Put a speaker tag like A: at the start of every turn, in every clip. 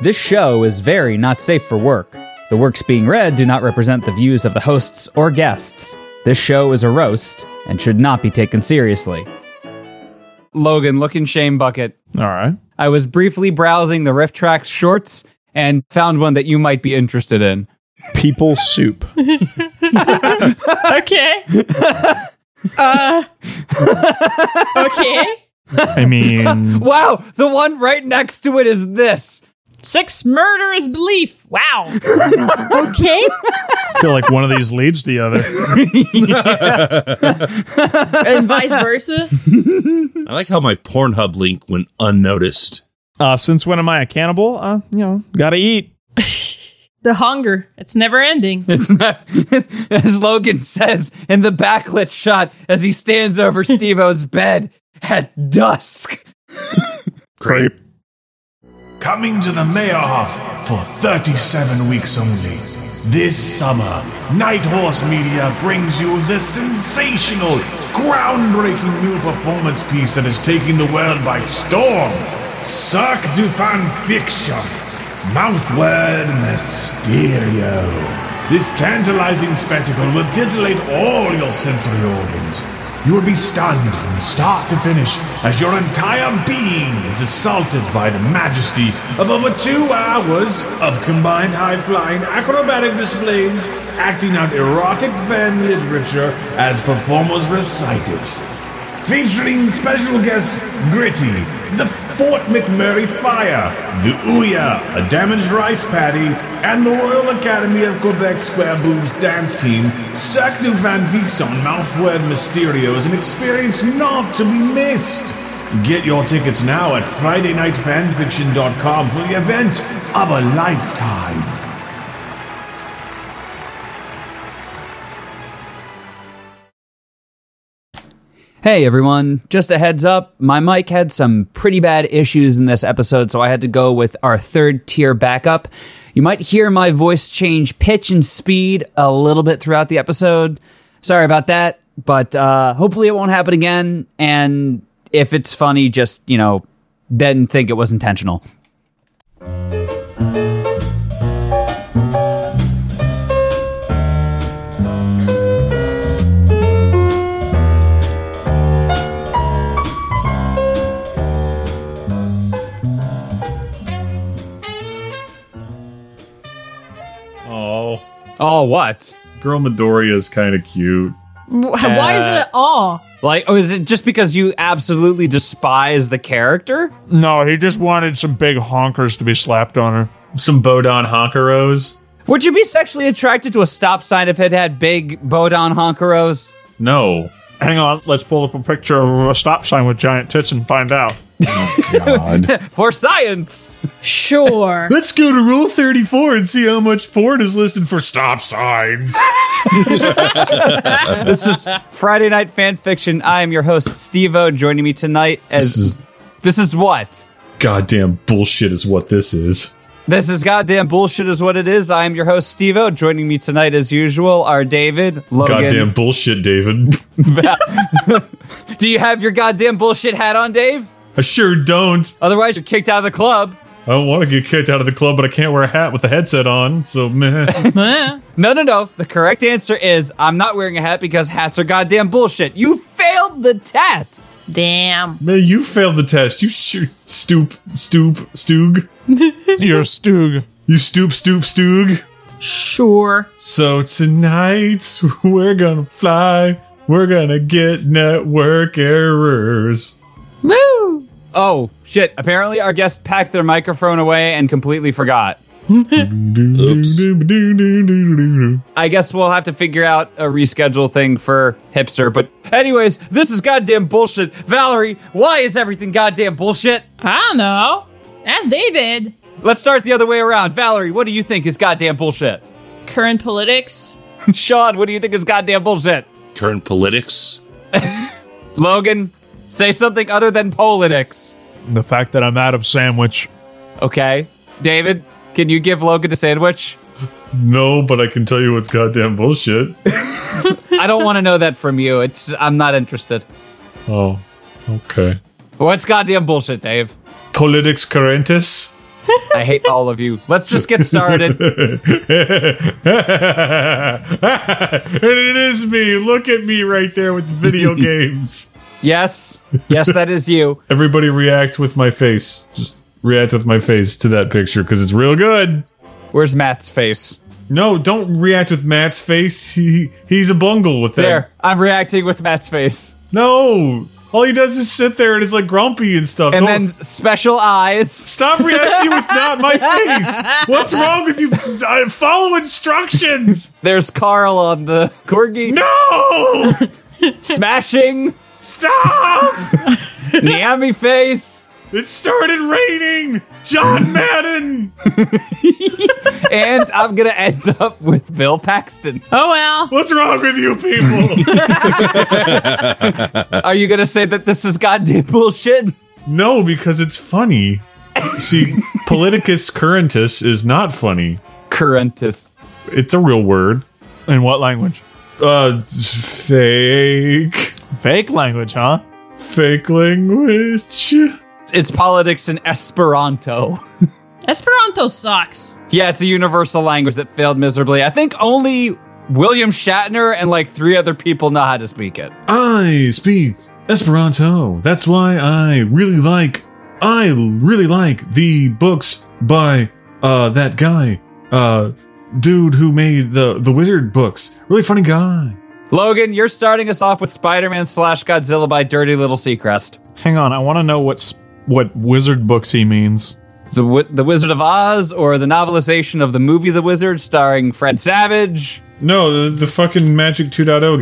A: This show is very not safe for work. The works being read do not represent the views of the hosts or guests. This show is a roast and should not be taken seriously. Logan, look in Shame Bucket.
B: All right.
A: I was briefly browsing the Riff Tracks shorts and found one that you might be interested in.
B: People soup.
C: Okay. uh, okay.
B: I mean,
A: Wow, the one right next to it is this.
C: Sex murder is belief. Wow. Okay.
B: I feel like one of these leads the other.
C: And vice versa.
D: I like how my Pornhub link went unnoticed.
B: Uh, since when am I a cannibal? Uh, you know, gotta eat.
C: The hunger. It's never ending.
A: It's not, as Logan says in the backlit shot as he stands over Steve O's bed at dusk.
B: Creep.
E: Coming to the Meyerhof for 37 weeks only. This summer, Night Horse Media brings you the sensational, groundbreaking new performance piece that is taking the world by storm Cirque du Fan Fiction. Mouthword Mysterio. This tantalizing spectacle will titillate all your sensory organs. You will be stunned from start to finish as your entire being is assaulted by the majesty of over two hours of combined high flying acrobatic displays, acting out erotic fan literature as performers recite it featuring special guest Gritty, the Fort McMurray Fire, the Ouya, a damaged rice patty, and the Royal Academy of Quebec Square Boobs dance team, Cirque du Van Vixen Mouthword Mysterio is an experience not to be missed. Get your tickets now at FridayNightFanfiction.com for the event of a lifetime.
A: Hey everyone, just a heads up, my mic had some pretty bad issues in this episode, so I had to go with our third tier backup. You might hear my voice change pitch and speed a little bit throughout the episode. Sorry about that, but uh, hopefully it won't happen again. And if it's funny, just, you know, then think it was intentional.
F: Oh,
A: Oh, what?
F: girl Midoriya is kind of cute.
C: Why is it at all?
A: Like, oh, is it just because you absolutely despise the character?
B: No, he just wanted some big honkers to be slapped on her.
F: Some Bodon Honkaros.
A: Would you be sexually attracted to a stop sign if it had big Bodon honkeros?
F: No.
B: Hang on, let's pull up a picture of a stop sign with giant tits and find out.
A: For science!
C: Sure.
F: Let's go to Rule 34 and see how much porn is listed for stop signs.
A: This is Friday Night Fan Fiction. I am your host, Steve O. Joining me tonight as.
F: This is
A: This is what?
F: goddamn bullshit, is what this is.
A: This is goddamn bullshit, is what it is. I am your host, Steve O. Joining me tonight, as usual, are David, Logan.
F: Goddamn bullshit, David.
A: Do you have your goddamn bullshit hat on, Dave?
F: I sure don't.
A: Otherwise, you're kicked out of the club.
F: I don't want to get kicked out of the club, but I can't wear a hat with a headset on, so meh.
C: Huh?
A: No, no, no. The correct answer is I'm not wearing a hat because hats are goddamn bullshit. You failed the test!
C: Damn.
F: Man, you failed the test. You sure stoop, stoop, stoog.
B: You're a Stug.
F: You stoop, stoop, stoog.
C: Sure.
F: So tonight we're gonna fly. We're gonna get network errors.
C: Woo.
A: Oh, shit. Apparently, our guest packed their microphone away and completely forgot.
D: Oops.
A: I guess we'll have to figure out a reschedule thing for hipster. But, anyways, this is goddamn bullshit. Valerie, why is everything goddamn bullshit?
C: I don't know. That's David.
A: Let's start the other way around. Valerie, what do you think is goddamn bullshit?
C: Current politics.
A: Sean, what do you think is goddamn bullshit?
D: Current politics.
A: Logan, say something other than politics.
B: The fact that I'm out of sandwich.
A: Okay. David, can you give Logan a sandwich?
F: No, but I can tell you what's goddamn bullshit.
A: I don't want to know that from you. It's I'm not interested.
F: Oh, okay.
A: What's goddamn bullshit, Dave?
F: Politics currentis?
A: I hate all of you. Let's just get started.
F: and it is me. Look at me right there with the video games.
A: Yes. Yes, that is you.
F: Everybody react with my face. Just react with my face to that picture because it's real good.
A: Where's Matt's face?
F: No, don't react with Matt's face. He he's a bungle with that.
A: There. I'm reacting with Matt's face.
F: No. All he does is sit there and is like grumpy and stuff.
A: And
F: Don't-
A: then special eyes.
F: Stop reacting with not my face. What's wrong with you? I follow instructions.
A: There's Carl on the corgi.
F: No!
A: Smashing.
F: Stop!
A: Niami face.
F: It started raining. John Madden.
A: And I'm going to end up with Bill Paxton.
C: Oh well.
F: What's wrong with you people?
A: Are you going to say that this is goddamn bullshit?
F: no, because it's funny. See, politicus currentus is not funny.
A: Currentus.
F: It's a real word.
B: In what language?
F: Uh, fake,
B: Fake language, huh?
F: fake language.
A: It's politics in Esperanto.
C: Esperanto sucks.
A: Yeah, it's a universal language that failed miserably. I think only William Shatner and like three other people know how to speak it.
F: I speak Esperanto. That's why I really like I really like the books by uh that guy. Uh dude who made the the wizard books. Really funny guy.
A: Logan, you're starting us off with Spider Man slash Godzilla by Dirty Little Seacrest.
B: Hang on, I want to know what's what wizard books he means.
A: The, Wi- the Wizard of Oz or the novelization of the movie The Wizard starring Fred Savage.
F: No, the, the fucking Magic 2.0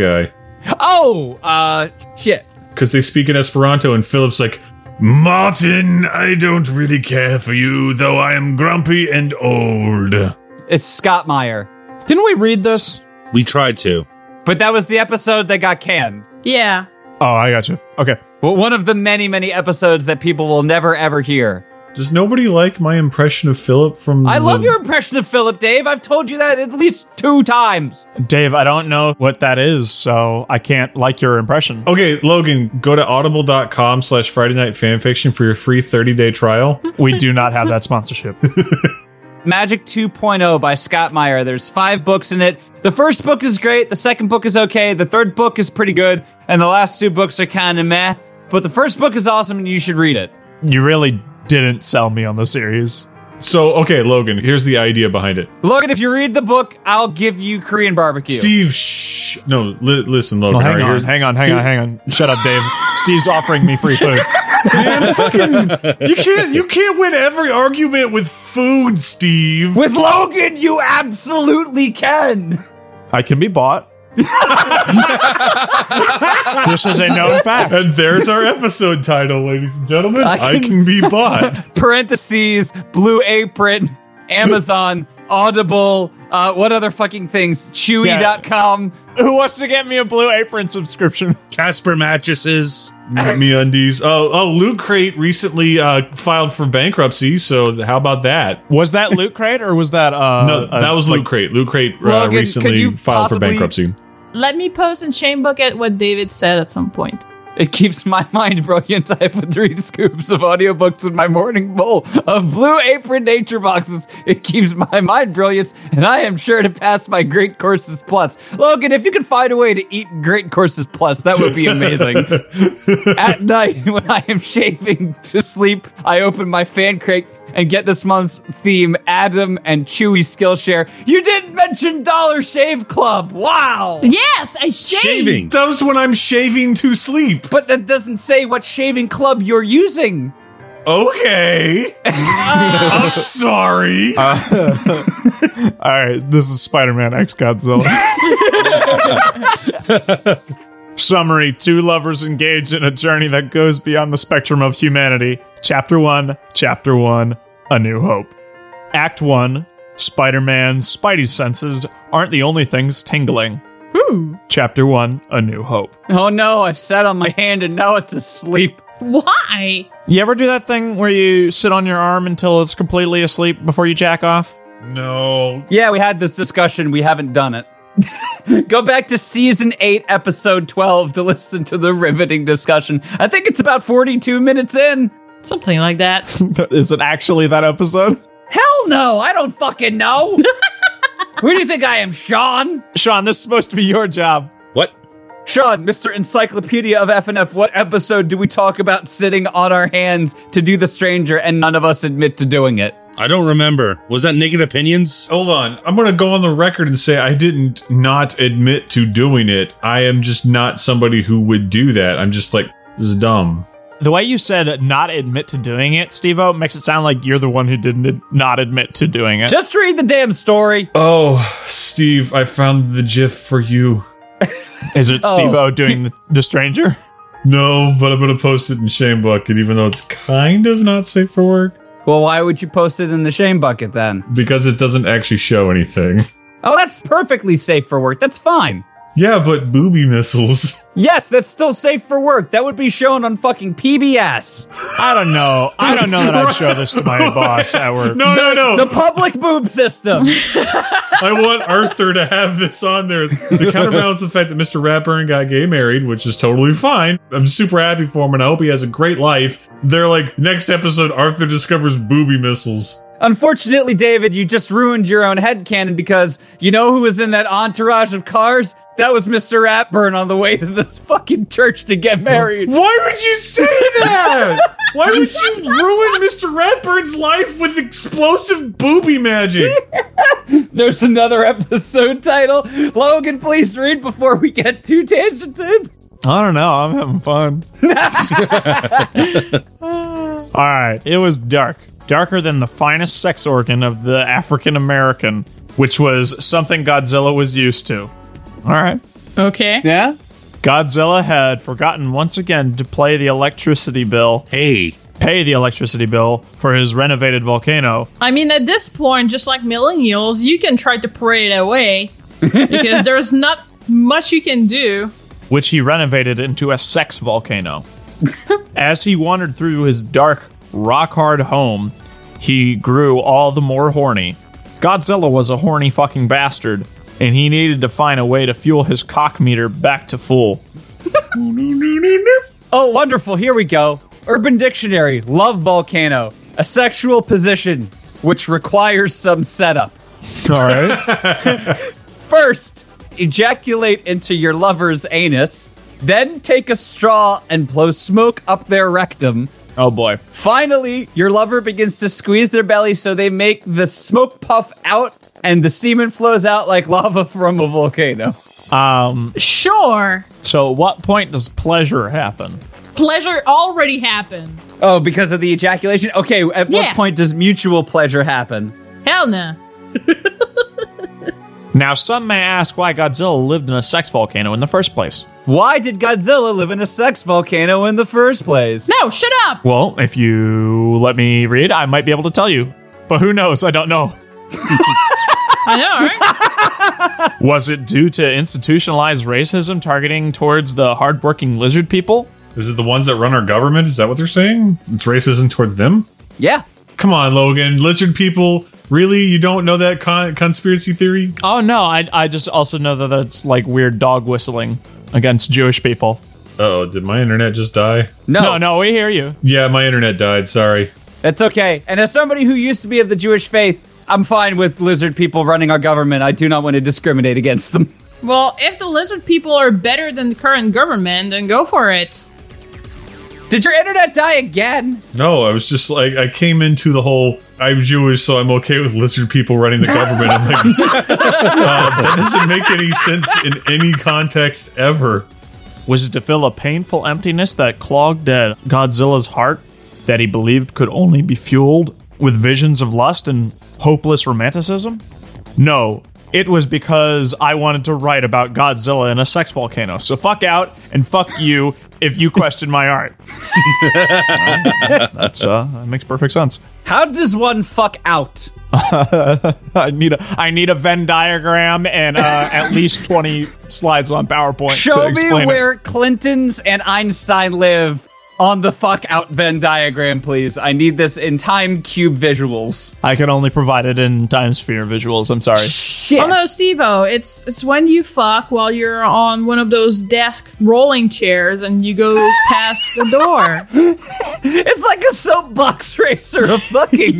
F: guy.
A: Oh, uh, shit.
F: Because they speak in Esperanto and Philip's like,
E: Martin, I don't really care for you, though I am grumpy and old.
B: Oh,
A: It's Scott Meyer.
B: Didn't we read this?
D: We tried to.
A: But that was the episode that got canned.
C: Yeah.
B: Oh, I got you. Okay.
A: Well, one of the many, many episodes that people will never ever hear.
F: Does nobody like my impression of Philip from
A: I
F: the-
B: Mm.
A: love your impression of Philip, Dave. I've told you that at least two times.
B: Dave, I don't know what that is, so I can't like your impression.
F: Okay, Logan, go to audible.com slash Friday Night Fanfiction for your free 30 day trial.
B: We do not have that sponsorship.
A: Magic 2.0 by Scott Meyer. There's five books in it. The first book is great. The second book is okay. The third book is pretty good. And the last two books are kind of meh. But the first book is awesome and you should read it.
B: you really didn't sell me on the series.
F: So, okay, Logan, here's the idea behind it.
A: Logan, if you read the book, I'll give you Korean barbecue.
F: Steve, shh. No, li- listen, Logan.
B: Oh,
F: all
B: hang
F: right,
B: on,
F: here's-
B: hang on, hang on, hang on. Shut up, Dave. Steve's offering me free food.
F: You can't, you can't win every argument with food, Steve.
A: With Logan, you absolutely can.
B: I can be bought. this is a known fact.
F: And there's our episode title, ladies and gentlemen. I
A: I
F: can,
A: can-
F: be bought.
A: Parentheses, Blue Apron, Amazon, Audible, uh, what other fucking things? Chewy.com.
B: Who wants to get me a Blue Apron subscription?
D: Casper mattresses.
F: Me undies. Oh, oh, Loot Crate recently uh, filed for bankruptcy. So how about that?
B: Was that Loot Crate or was that uh
F: No,
B: uh,
F: that was Loot Crate. Loot Crate uh,
A: Logan, could
F: recently
A: you
F: filed for
A: possibly-
F: bankruptcy.
C: Let me post in Shamebook at what David said at some point.
A: It keeps my mind brilliant. I put three scoops of audiobooks in my morning bowl of blue apron nature boxes. It keeps my mind brilliant, and I am sure to pass my Great Courses Plus. Logan, if you could find a way to eat Great Courses Plus, that would be amazing. At night, when I am shaving to sleep, I open my fan crate and get this month's theme Adam and Chewy Skillshare. You didn't mention Dollar Shave Club. Wow.
C: Yes, I shaved.
D: Shaving.
F: That was when I'm shaving to sleep.
A: But that doesn't say what shaving club you're using.
F: Okay. I'm sorry.
B: All right, this is Spider Man X Godzilla. Summary Two lovers engage in a journey that goes beyond the spectrum of humanity. Chapter 1, Chapter 1, A New Hope. Act 1 Spider Man's Spidey senses aren't the only things tingling. Chapter 1, A New Hope.
A: Oh no, I've sat on my hand and now it's asleep.
C: Why?
B: You ever do that thing where you sit on your arm until it's completely asleep before you jack off?
F: no.
A: Yeah, we had this discussion. We haven't done it. Go back to season 8, episode 12 to listen to the riveting discussion. I think it's about 42 minutes in.
C: Something like that.
B: Is it actually that episode?
A: know? I don't fucking know. Who do you think I am, Sean?
B: Sean, this is supposed to be your job.
D: What?
A: Sean, Mr. Encyclopedia of FNF, what episode do we talk about sitting on our hands to do the stranger and none of us admit to doing it?
D: I don't remember. Was that Naked Opinions?
F: Hold on. I'm going to go on the record and say I didn't not admit to doing it. I am just not somebody who would do that. I'm just like, this is dumb.
B: The way you said not admit to doing it, Steve O, makes it sound like you're the one who didn't ad- not admit to doing it.
A: Just read the damn story.
F: Oh, Steve, I found the GIF for you.
B: Is it Steve O doing the, the stranger?
F: No, but I'm going to post it in Shame Bucket, even though it's kind of not safe for work
A: Well, why would you post it in the shame bucket then?
F: because it doesn't actually show anything.
A: Oh, that's perfectly safe for work. That's fine.
F: Yeah, but booby missiles.
A: Yes, that's still safe for work. That would be shown on fucking PBS.
B: I don't know. I don't know that I'd show this to my boss at work.
F: No, no, no.
A: The public boob system.
F: I want Arthur to have this on there to counterbalance the fact that Mr. Ratburn got gay married, which is totally fine. I'm super happy for him, and I hope he has a great life. They're like, next episode, Arthur discovers booby missiles.
A: Unfortunately, David, you just ruined your own headcanon because you know who was in that entourage of cars? That was Mr. Ratburn on the way to this fucking church to get married.
F: Why would you say that? Why would you ruin Mr. Ratburn's life with explosive booby magic?
A: There's another episode title. Logan, please read before we get too tangented.
B: I don't know. I'm having fun. All right. It was dark. Darker than the finest sex organ of the African American, which was something Godzilla was used to. All right.
C: Okay.
A: Yeah?
B: Godzilla had forgotten once again to play the electricity bill,
D: Hey,
B: pay the electricity bill for his renovated volcano.
C: I mean, at this point, just like millennials, you can try to pray it away because there's not much you can do.
B: which he renovated into a sex volcano. As he wandered through his dark, rock hard home, he grew all the more horny. Godzilla was a horny fucking bastard, and he needed to find a way to fuel his cock meter back to full.
A: Oh, wonderful. Here we go. Urban Dictionary, love volcano, a sexual position which requires some setup.
B: All right.
A: First, ejaculate into your lover's anus, then take a straw and blow smoke up their rectum.
B: oh boy.
A: Finally, your lover begins to squeeze their belly so they make the smoke puff out and the semen flows out like lava from a volcano.
C: Sure,
B: So, at what point does pleasure happen?
C: pleasure already happened.
A: Oh, because of the ejaculation? Okay, at
C: Yeah.
A: what point does mutual pleasure happen?
C: Hell no.
B: Now, some may ask why Godzilla lived in a sex volcano in the first place.
A: Why did Godzilla live in a sex volcano in the first place?
C: No, shut up.
B: Well, if you let me read, I might be able to tell you. But who knows? I don't know.
C: I know, right?
B: Was it due to institutionalized racism targeting towards the hardworking lizard people?
F: Is it the ones that run our government? Is that what they're saying? It's racism towards them?
A: Yeah.
F: Come on, Logan. Lizard people. Really? You don't know that con- conspiracy theory?
B: Oh no, I, I just also know that that's like weird dog whistling against Jewish people.
F: Oh, did my internet just die?
A: No,
B: No, no, we hear you.
F: Yeah, my internet died. Sorry.
A: That's okay. And as somebody who used to be of the Jewish faith, I'm fine with lizard people running our government. I do not want to discriminate against them.
C: well, if the lizard people are better than the current government, then go for it.
A: Did your internet die again?
F: No, I was just like, I came into the whole I'm Jewish, so I'm okay with lizard people running the government. I'm like, uh, that doesn't make any sense in any context ever.
B: Was it to fill a painful emptiness that clogged at Godzilla's heart that he believed could only be fueled with visions of lust and hopeless romanticism? No, it was because I wanted to write about Godzilla in a sex volcano. So fuck out and fuck you if you question my art. That's uh, that makes perfect sense.
A: How does one fuck out?
B: I need a I need a Venn diagram and uh, at least twenty slides on PowerPoint. to
A: Show me
B: explain it.
A: where Clintons and Einstein live on the fuck out Venn diagram, please. I need this in time cube visuals.
B: I can only provide it in time sphere visuals. I'm sorry.
A: Shit.
C: Oh no, Steve-O, it's it's when you fuck while you're on one of those desk rolling chairs and you go past the door.
A: It's like a soapbox racer of fucking.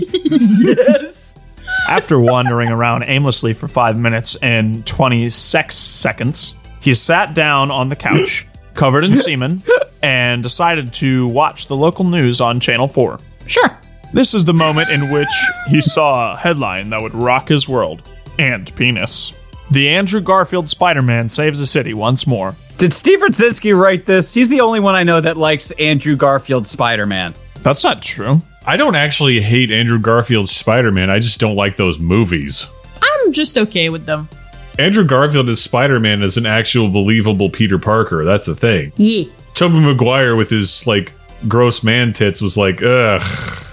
A: yes.
B: After wandering around aimlessly for five minutes and 26 seconds, he sat down on the couch, covered in semen, and decided to watch the local news on Channel 4.
C: Sure.
B: This is the moment in which he saw a headline that would rock his world and penis. The Andrew Garfield Spider Man saves the city once more.
A: Did Steve Radzinski write this? He's the only one I know that likes Andrew Garfield's Spider Man.
B: That's not true.
F: I don't actually hate Andrew Garfield's Spider Man. I just don't like those movies.
C: I'm just okay with them.
F: Andrew Garfield as Spider Man is an actual believable Peter Parker. That's the thing.
C: Yeah.
F: Tobey Maguire with his like gross man tits was like, ugh.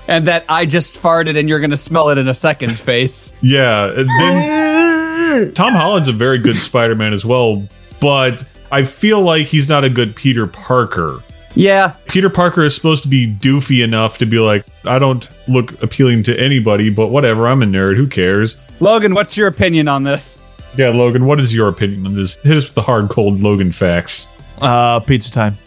A: And that I just farted and you're going to smell it in a second face.
F: Yeah. and Then Tom Holland's a very good Spider Man as well, but I feel like he's not a good Peter Parker.
A: yeah.
F: Peter Parker is supposed to be doofy enough to be like, I don't look appealing to anybody, but whatever, I'm a nerd, who cares?
A: Logan, what's your opinion on this?
F: Yeah, Logan, what is your opinion on this? Hit us with the hard, cold Logan facts.
B: Uh, pizza time.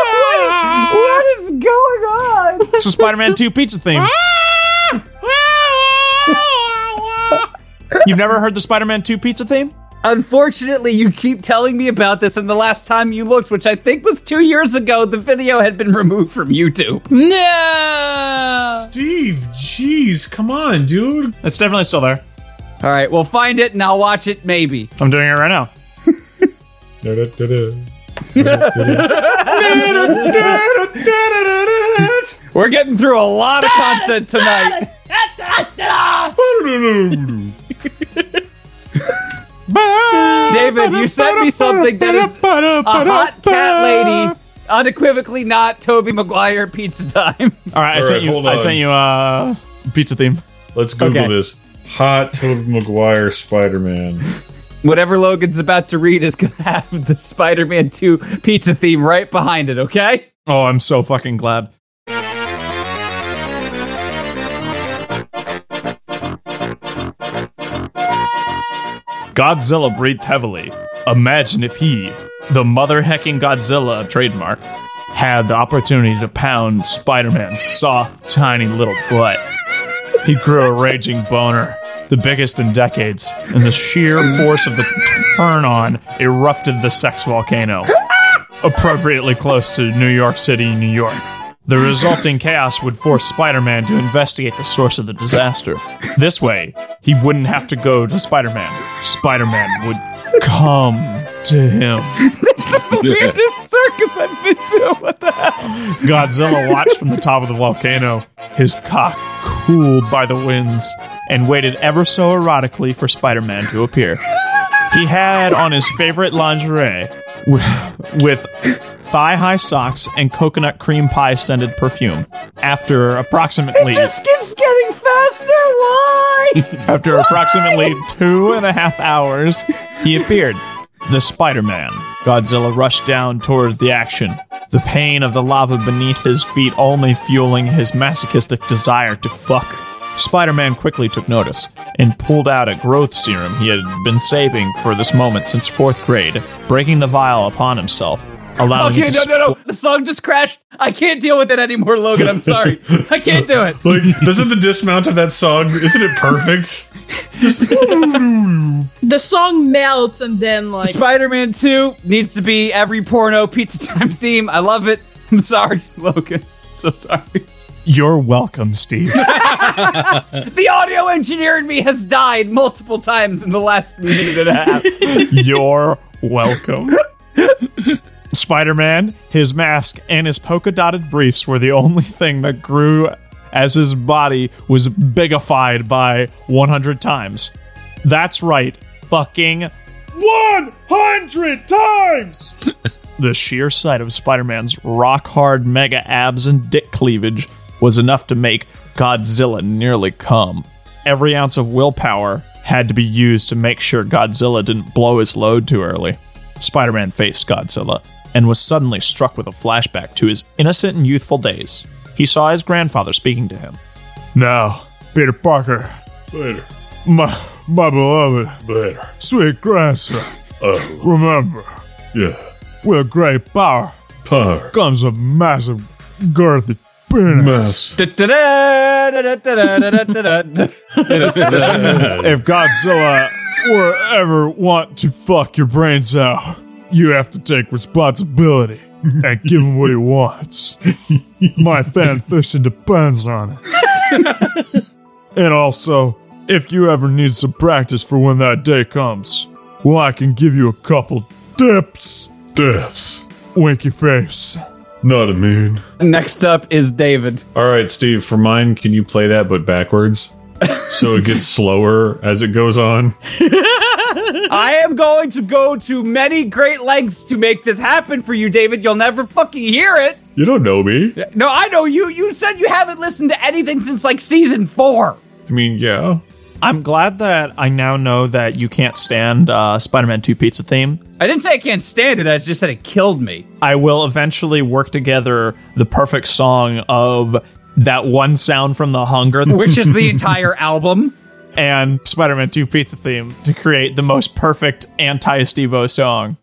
A: What is going on?
B: It's a Spider Man 2 pizza theme. You've never heard the Spider Man 2 pizza theme?
A: Unfortunately, you keep telling me about this, and the last time you looked, which I think was two years ago, the video had been removed from YouTube.
C: No.
F: Steve, jeez, come on, dude.
B: It's definitely still there.
A: All right, we'll find it and I'll watch it maybe.
B: I'm doing it right now.
A: We're getting through a lot of content tonight. David, you sent me something that is a hot cat lady, unequivocally not Toby Maguire pizza time.
B: All right, I
F: All
B: sent
F: right,
B: you.
F: hold
B: I
F: on.
B: sent you uh, pizza theme.
F: Let's Google
A: Okay.
F: this. Hot Tobey Maguire Spider Man.
A: Whatever Logan's about to read is going to have the Spider Man 2 pizza theme right behind it, okay?
B: Oh, I'm so fucking glad. Godzilla breathed heavily. Imagine if he, the mother hecking Godzilla trademark, had the opportunity to pound Spider Man's soft, tiny little butt. He grew a raging boner, the biggest in decades, and the sheer force of the turn on erupted the sex volcano appropriately close to New York City, New York. The resulting chaos would force Spider Man to investigate the source of the disaster. This way, he wouldn't have to go to Spider Man. Spider Man would come to him.
A: Weirdest circus I've been to. What the hell?
B: Godzilla watched from the top of the volcano, his cock cooled by the winds, and waited ever so erotically for Spider Man to appear. He had on his favorite lingerie with, with thigh high socks and coconut cream pie scented perfume. After approximately
A: keeps getting faster. Why?
B: after approximately two and a half hours, he appeared. The Spider Man. Godzilla rushed down towards the action, the pain of the lava beneath his feet only fueling his masochistic desire to fuck. Spider Man quickly took notice and pulled out a growth serum he had been saving for this moment since fourth grade, breaking the vial upon himself, allowing him
A: Okay,
B: to
A: no, no, no. The song just crashed. I can't deal with it anymore, Logan. I'm sorry. I can't do it.
F: Like, doesn't the dismount of that song, isn't it perfect?
C: The song melts and then like
A: Spider-Man 2 needs to be every porno pizza time theme. I love it. I'm sorry, Logan. So sorry.
B: You're welcome, Steve.
A: The audio engineer in me has died multiple times in the last minute and a half.
B: You're welcome. Spider Man, his mask, and his polka dotted briefs were the only thing that grew as his body was bigified by 100 times. That's right, fucking 100 times! the sheer sight of Spider Man's rock hard mega abs and dick cleavage was enough to make Godzilla nearly come. Every ounce of willpower had to be used to make sure Godzilla didn't blow his load too early. Spider Man faced Godzilla and was suddenly struck with a flashback to his innocent and youthful days. He saw his grandfather speaking to him. Now, Peter Parker,
F: Later,
B: my, my beloved
F: later.
B: sweet grandson,
F: Oh,
B: remember,
F: yeah.
B: With great power
F: Par.
B: comes a massive, girthy penis.
F: Mess.
B: If Godzilla were ever want to fuck your brains out, you have to take responsibility and give him what he wants. My fanfiction depends on it. and also, if you ever need some practice for when that day comes, well, I can give you a couple tips.
F: Depths.
B: Winky face.
F: Not immune.
A: Next up is David.
F: All right, Steve, for mine, can you play that but backwards? so it gets slower as it goes on.
A: I am going to go to many great lengths to make this happen for you, David. You'll never fucking hear it.
F: You don't know me.
A: No, I know you. You said you haven't listened to anything since like season four.
F: I mean, yeah.
B: I'm glad that I now know that you can't stand uh, Spider Man 2 pizza theme.
A: I didn't say I can't stand it. I just said it killed me.
B: I will eventually work together the perfect song of that one sound from The Hunger
A: Which is the entire album.
B: and Spider Man 2 pizza theme to create the most perfect anti Stevo song.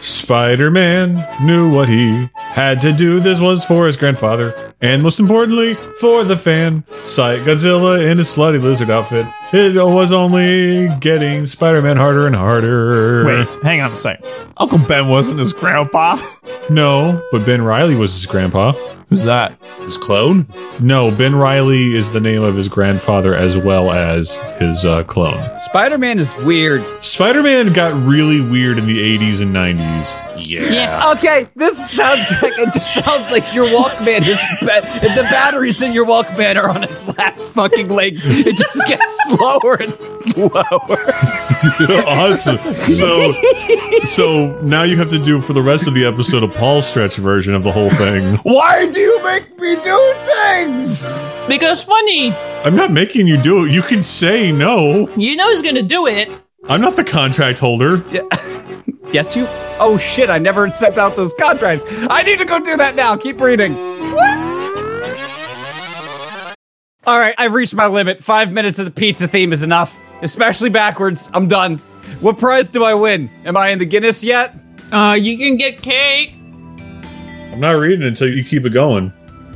F: Spider Man knew what he had to do. This was for his grandfather, and most importantly, for the fan site Godzilla in his slutty lizard outfit. It was only getting Spider Man harder and harder.
B: Wait, hang on a second. Uncle Ben wasn't his grandpa.
F: No, but Ben Riley was his grandpa.
B: Who's that?
D: His clone?
F: No, Ben Riley is the name of his grandfather as well as his uh, clone.
A: Spider Man is weird.
F: Spider Man got really weird in the 80s and 90s.
D: Yeah.
A: Okay, this soundtrack it just sounds like your Walkman is ba- the batteries in your Walkman are on its last fucking legs. It just gets slower and slower.
F: awesome. So, so now you have to do for the rest of the episode a Paul stretch version of the whole thing.
A: Why do you make me do things?
C: Because funny,
F: I'm not making you do it. You can say no.
C: you know he's gonna do it.
F: I'm not the contract holder.
A: Yes, you. Oh shit! I never sent out those contracts. I need to go do that now. Keep reading. All right, I've reached my limit. Five minutes of the pizza theme is enough, especially backwards. I'm done. What prize do I win? Am I in the Guinness yet?
C: Uh, you can get cake.
F: I'm not reading it until you keep it going.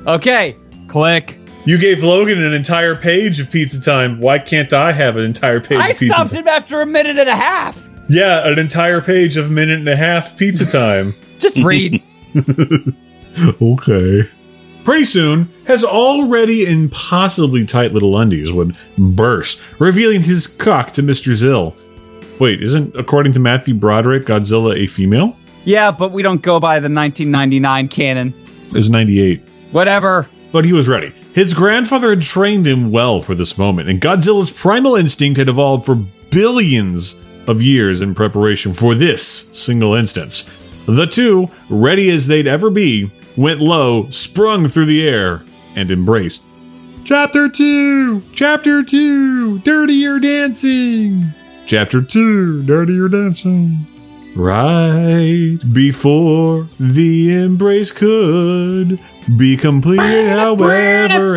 A: Okay, click.
F: You gave Logan an entire page of pizza time. Why can't I have an entire page
A: I
F: of pizza
A: stopped
F: time?
A: him after a minute and a half.
F: Yeah, an entire page of minute and a half pizza time.
A: Just read.
F: okay. Pretty soon, his already impossibly tight little undies would burst, revealing his cock to Mr. Zill. Wait, isn't, according to Matthew Broderick, Godzilla a female?
A: yeah, but we don't go by the 1999 canon.
F: It was 98.
A: Whatever.
F: But he was ready. His grandfather had trained him well for this moment, and Godzilla's primal instinct had evolved for billions of years in preparation for this single instance. The two, ready as they'd ever be, went low, sprung through the air, and embraced. Chapter 2! Chapter 2! Dirtier Dancing! Chapter 2! Dirtier Dancing! Right before the embrace could be completed, however,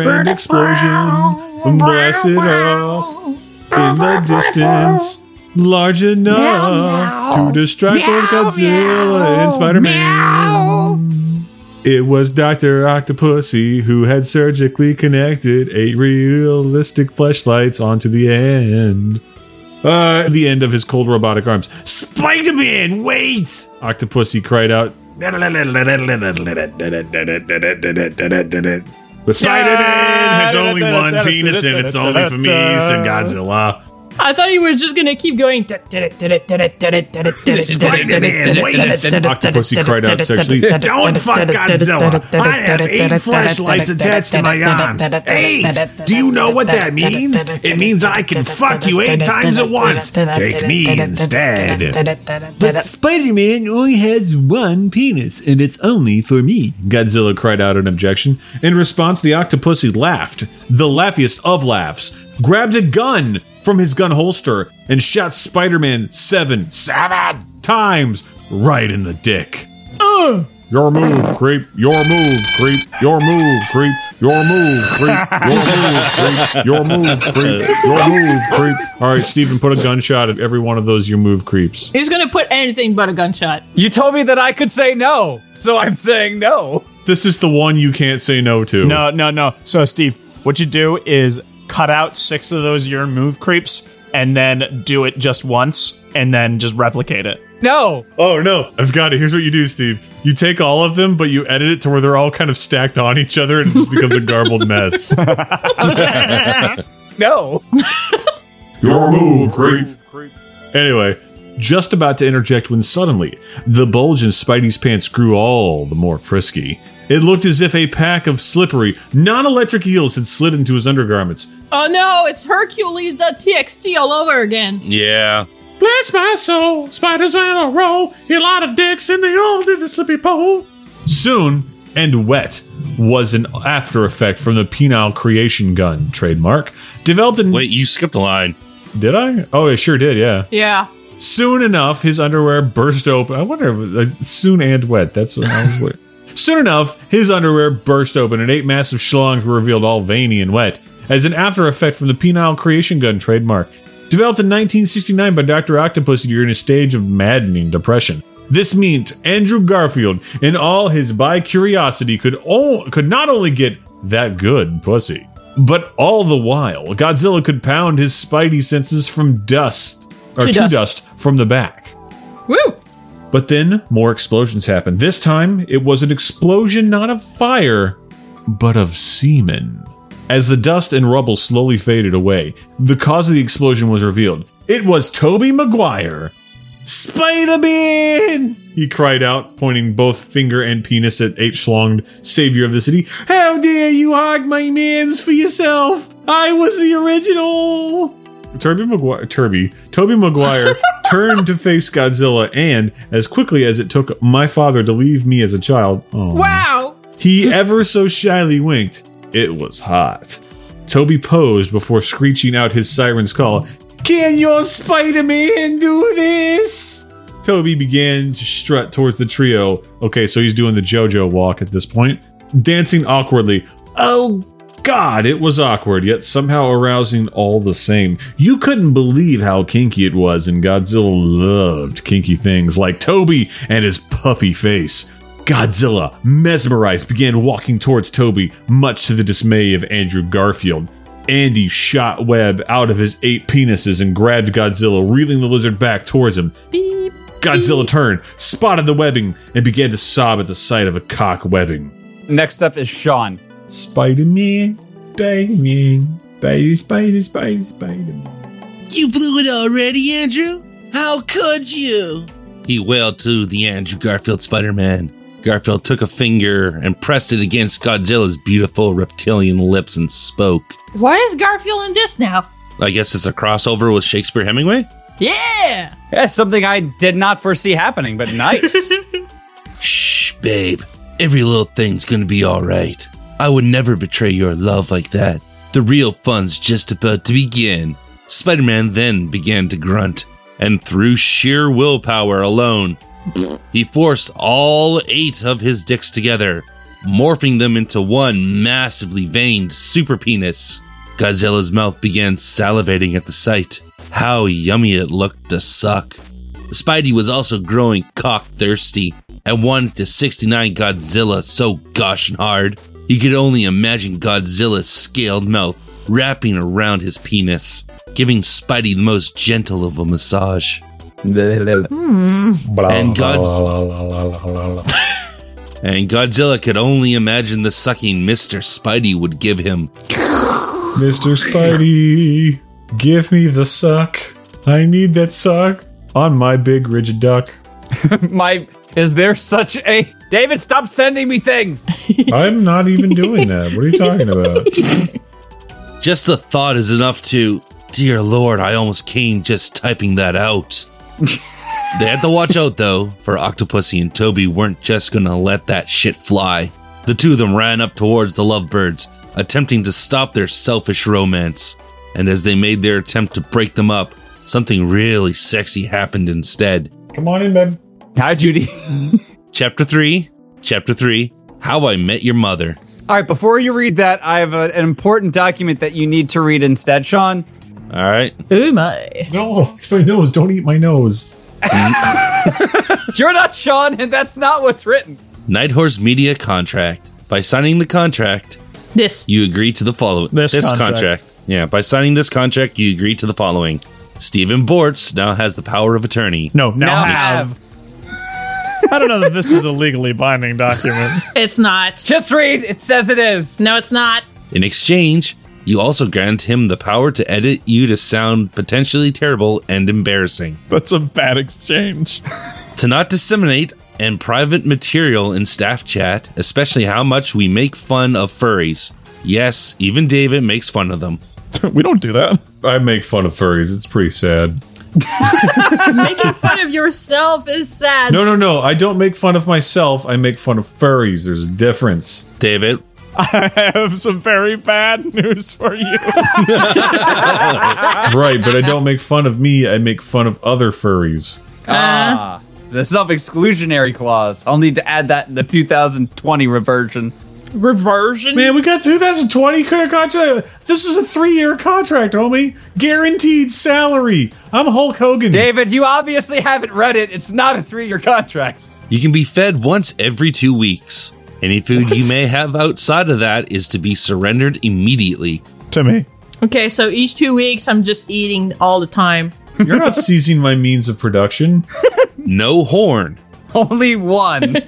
F: an explosion blasted off in the distance, large enough to distract both Godzilla and Spider Man. It was Dr. Octopussy who had surgically connected eight realistic fleshlights onto the end. Uh, the end of his cold robotic arms. Spider Man, wait! Octopussy cried out. But Spider Man has only one penis and it's only for me, said Godzilla.
C: I thought he was just gonna keep going. Octopussy
F: Octopussy cried out sexually.
E: Don't fuck Godzilla. I have eight flashlights attached to my arms. Eight! Do you know what that means? It means I can fuck you eight times at once. Take me instead.
F: Spider Man only has one penis and it's only for me, Godzilla cried out in objection. In response, the octopussy laughed, the laughiest of laughs, grabbed a gun from his gun holster and shot Spider Man seven, seven times right in the dick. Your move, creep. Your move, creep. Your move, creep. Your move, creep. Your move, creep. Your move, creep. Your move, creep. All right, Steven, put a gunshot at every one of those you move creeps.
C: He's gonna put anything but a gunshot.
A: You told me that I could say no, so I'm saying no.
F: This is the one you can't say no to.
B: No, no, no. So, Steve, what you do is cut out six of those your move creeps and then do it just once and then just replicate it.
A: No.
F: Oh no, I've got it. Here's what you do, Steve. You take all of them, but you edit it to where they're all kind of stacked on each other and it just becomes a garbled mess.
A: No.
F: Your move, creep. Anyway, just about to interject when suddenly the bulge in Spidey's pants grew all the more frisky. It looked as if a pack of slippery, non electric eels had slid into his undergarments.
C: Oh no, it's Hercules.txt all over again.
D: Yeah.
F: Bless my soul, spiders ran a roll, a lot of dicks in the old in the slippy pole. Soon and wet was an after effect from the penile creation gun trademark. Developed in.
D: Wait, you skipped a line.
F: Did I? Oh, it sure did, yeah.
C: Yeah.
F: Soon enough, his underwear burst open. I wonder if uh, soon and wet. That's what I was weird. Soon enough, his underwear burst open and eight massive schlongs were revealed all veiny and wet as an after effect from the penile creation gun trademark. Developed in 1969 by Dr. Octopus during a stage of maddening depression. This meant Andrew Garfield, in all his bi curiosity, could, o- could not only get that good pussy, but all the while, Godzilla could pound his spidey senses from dust, or
C: To
F: to
C: dust.
F: dust from the back.
C: Woo!
F: But then more explosions happened. This time it was an explosion not of fire, but of semen. As the dust and rubble slowly faded away, the cause of the explosion was revealed. It was Toby Maguire. Spider Man! He cried out, pointing both finger and penis at H. Schlonged, savior of the city. How dare you hog my mans for yourself? I was the original! Toby Maguire, Toby, Toby Maguire turned to face Godzilla, and as quickly as it took my father to leave me as a child, aw,
C: Wow!
F: he ever so shyly winked. It was hot. Toby posed before screeching out his siren's call. Can your Spider-Man do this? Toby began to strut towards the trio. Okay, so he's doing the JoJo walk at this point, dancing awkwardly. Oh God, it was awkward, yet somehow arousing all the same. You couldn't believe how kinky it was, and Godzilla loved kinky things like Toby and his puppy face. Godzilla, mesmerized, began walking towards Toby, much to the dismay of Andrew Garfield. Andy shot Webb out of his eight penises and grabbed Godzilla, reeling the lizard back towards him. Godzilla turned, spotted the webbing, and began to sob at the sight of a cock webbing.
A: Next up is Sean.
F: Spider Man, Spider Man, Spider, Spider, Spider, Spider.
D: You blew it already, Andrew? How could you? He wailed to the Andrew Garfield Spider Man. Garfield took a finger and pressed it against Godzilla's beautiful reptilian lips and spoke.
C: Why is Garfield in this now?
D: I guess it's a crossover with Shakespeare Hemingway?
C: Yeah!
A: That's something I did not foresee happening, but nice.
D: Shh, babe. Every little thing's gonna be alright. I would never betray your love like that. The real fun's just about to begin. Spider Man then began to grunt, and through sheer willpower alone, he forced all eight of his dicks together, morphing them into one massively veined super penis. Godzilla's mouth began salivating at the sight. How yummy it looked to suck. Spidey was also growing cock-thirsty and wanted to 69 Godzilla so gosh hard. He could only imagine Godzilla's scaled mouth wrapping around his penis, giving Spidey the most gentle of a massage. And Godz- and Godzilla could only imagine the sucking Mr. Spidey would give him.
F: Mr. Spidey, give me the suck. I need that suck on my big rigid duck.
A: My is there such a David? Stop sending me things.
F: I'm not even doing that. What are you talking about?
D: Just the thought is enough to, dear lord, I almost came just typing that out. they had to watch out though, for Octopussy and Toby weren't just gonna let that shit fly. The two of them ran up towards the lovebirds, attempting to stop their selfish romance. And as they made their attempt to break them up, something really sexy happened instead.
F: Come on in, bud.
A: Hi, Judy.
D: Chapter 3 Chapter 3 How I Met Your Mother.
A: All right, before you read that, I have a, an important document that you need to read instead, Sean.
D: All right.
C: Ooh my!
F: No, it's my nose. Don't eat my nose.
A: You're not Sean, and that's not what's written.
D: Night Horse Media Contract. By signing the contract,
C: This
D: you agree to the following.
B: This contract.
D: Yeah. By signing this contract, you agree to the following. Stephen Bortz now has the power of attorney.
B: No, now,
A: Now
B: have.
A: have.
B: I don't know that this is a legally binding document.
C: it's not.
A: Just read. It says it is.
C: No, it's not.
D: In exchange, you also grant him the power to edit you to sound potentially terrible and embarrassing,
B: That's a bad exchange.
D: to not disseminate and private material in staff chat, especially how much we make fun of furries. Yes, even David makes fun of them.
B: we don't do that.
F: I make fun of furries. It's pretty sad.
C: Making fun of yourself is sad.
F: No, no, no. I don't make fun of myself. I make fun of furries. There's a difference.
D: David,
B: I have some very bad news for you.
F: right, but I don't make fun of me. I make fun of other furries.
C: Uh,
A: Ah, the self-exclusionary clause. I'll need to add that in the 2020 reversion.
C: Reversion.
F: Man, we got 2020 co- contract. This is a three-year contract, homie. Guaranteed salary. I'm Hulk Hogan.
A: David, you obviously haven't read it. It's not a three-year contract.
D: you can be fed once every two weeks. Any food you may have outside of that is to be surrendered immediately.
B: to me.
C: Okay, so each two weeks I'm just eating all the time.
F: You're not seizing my means of production.
D: No horn.
A: Only one.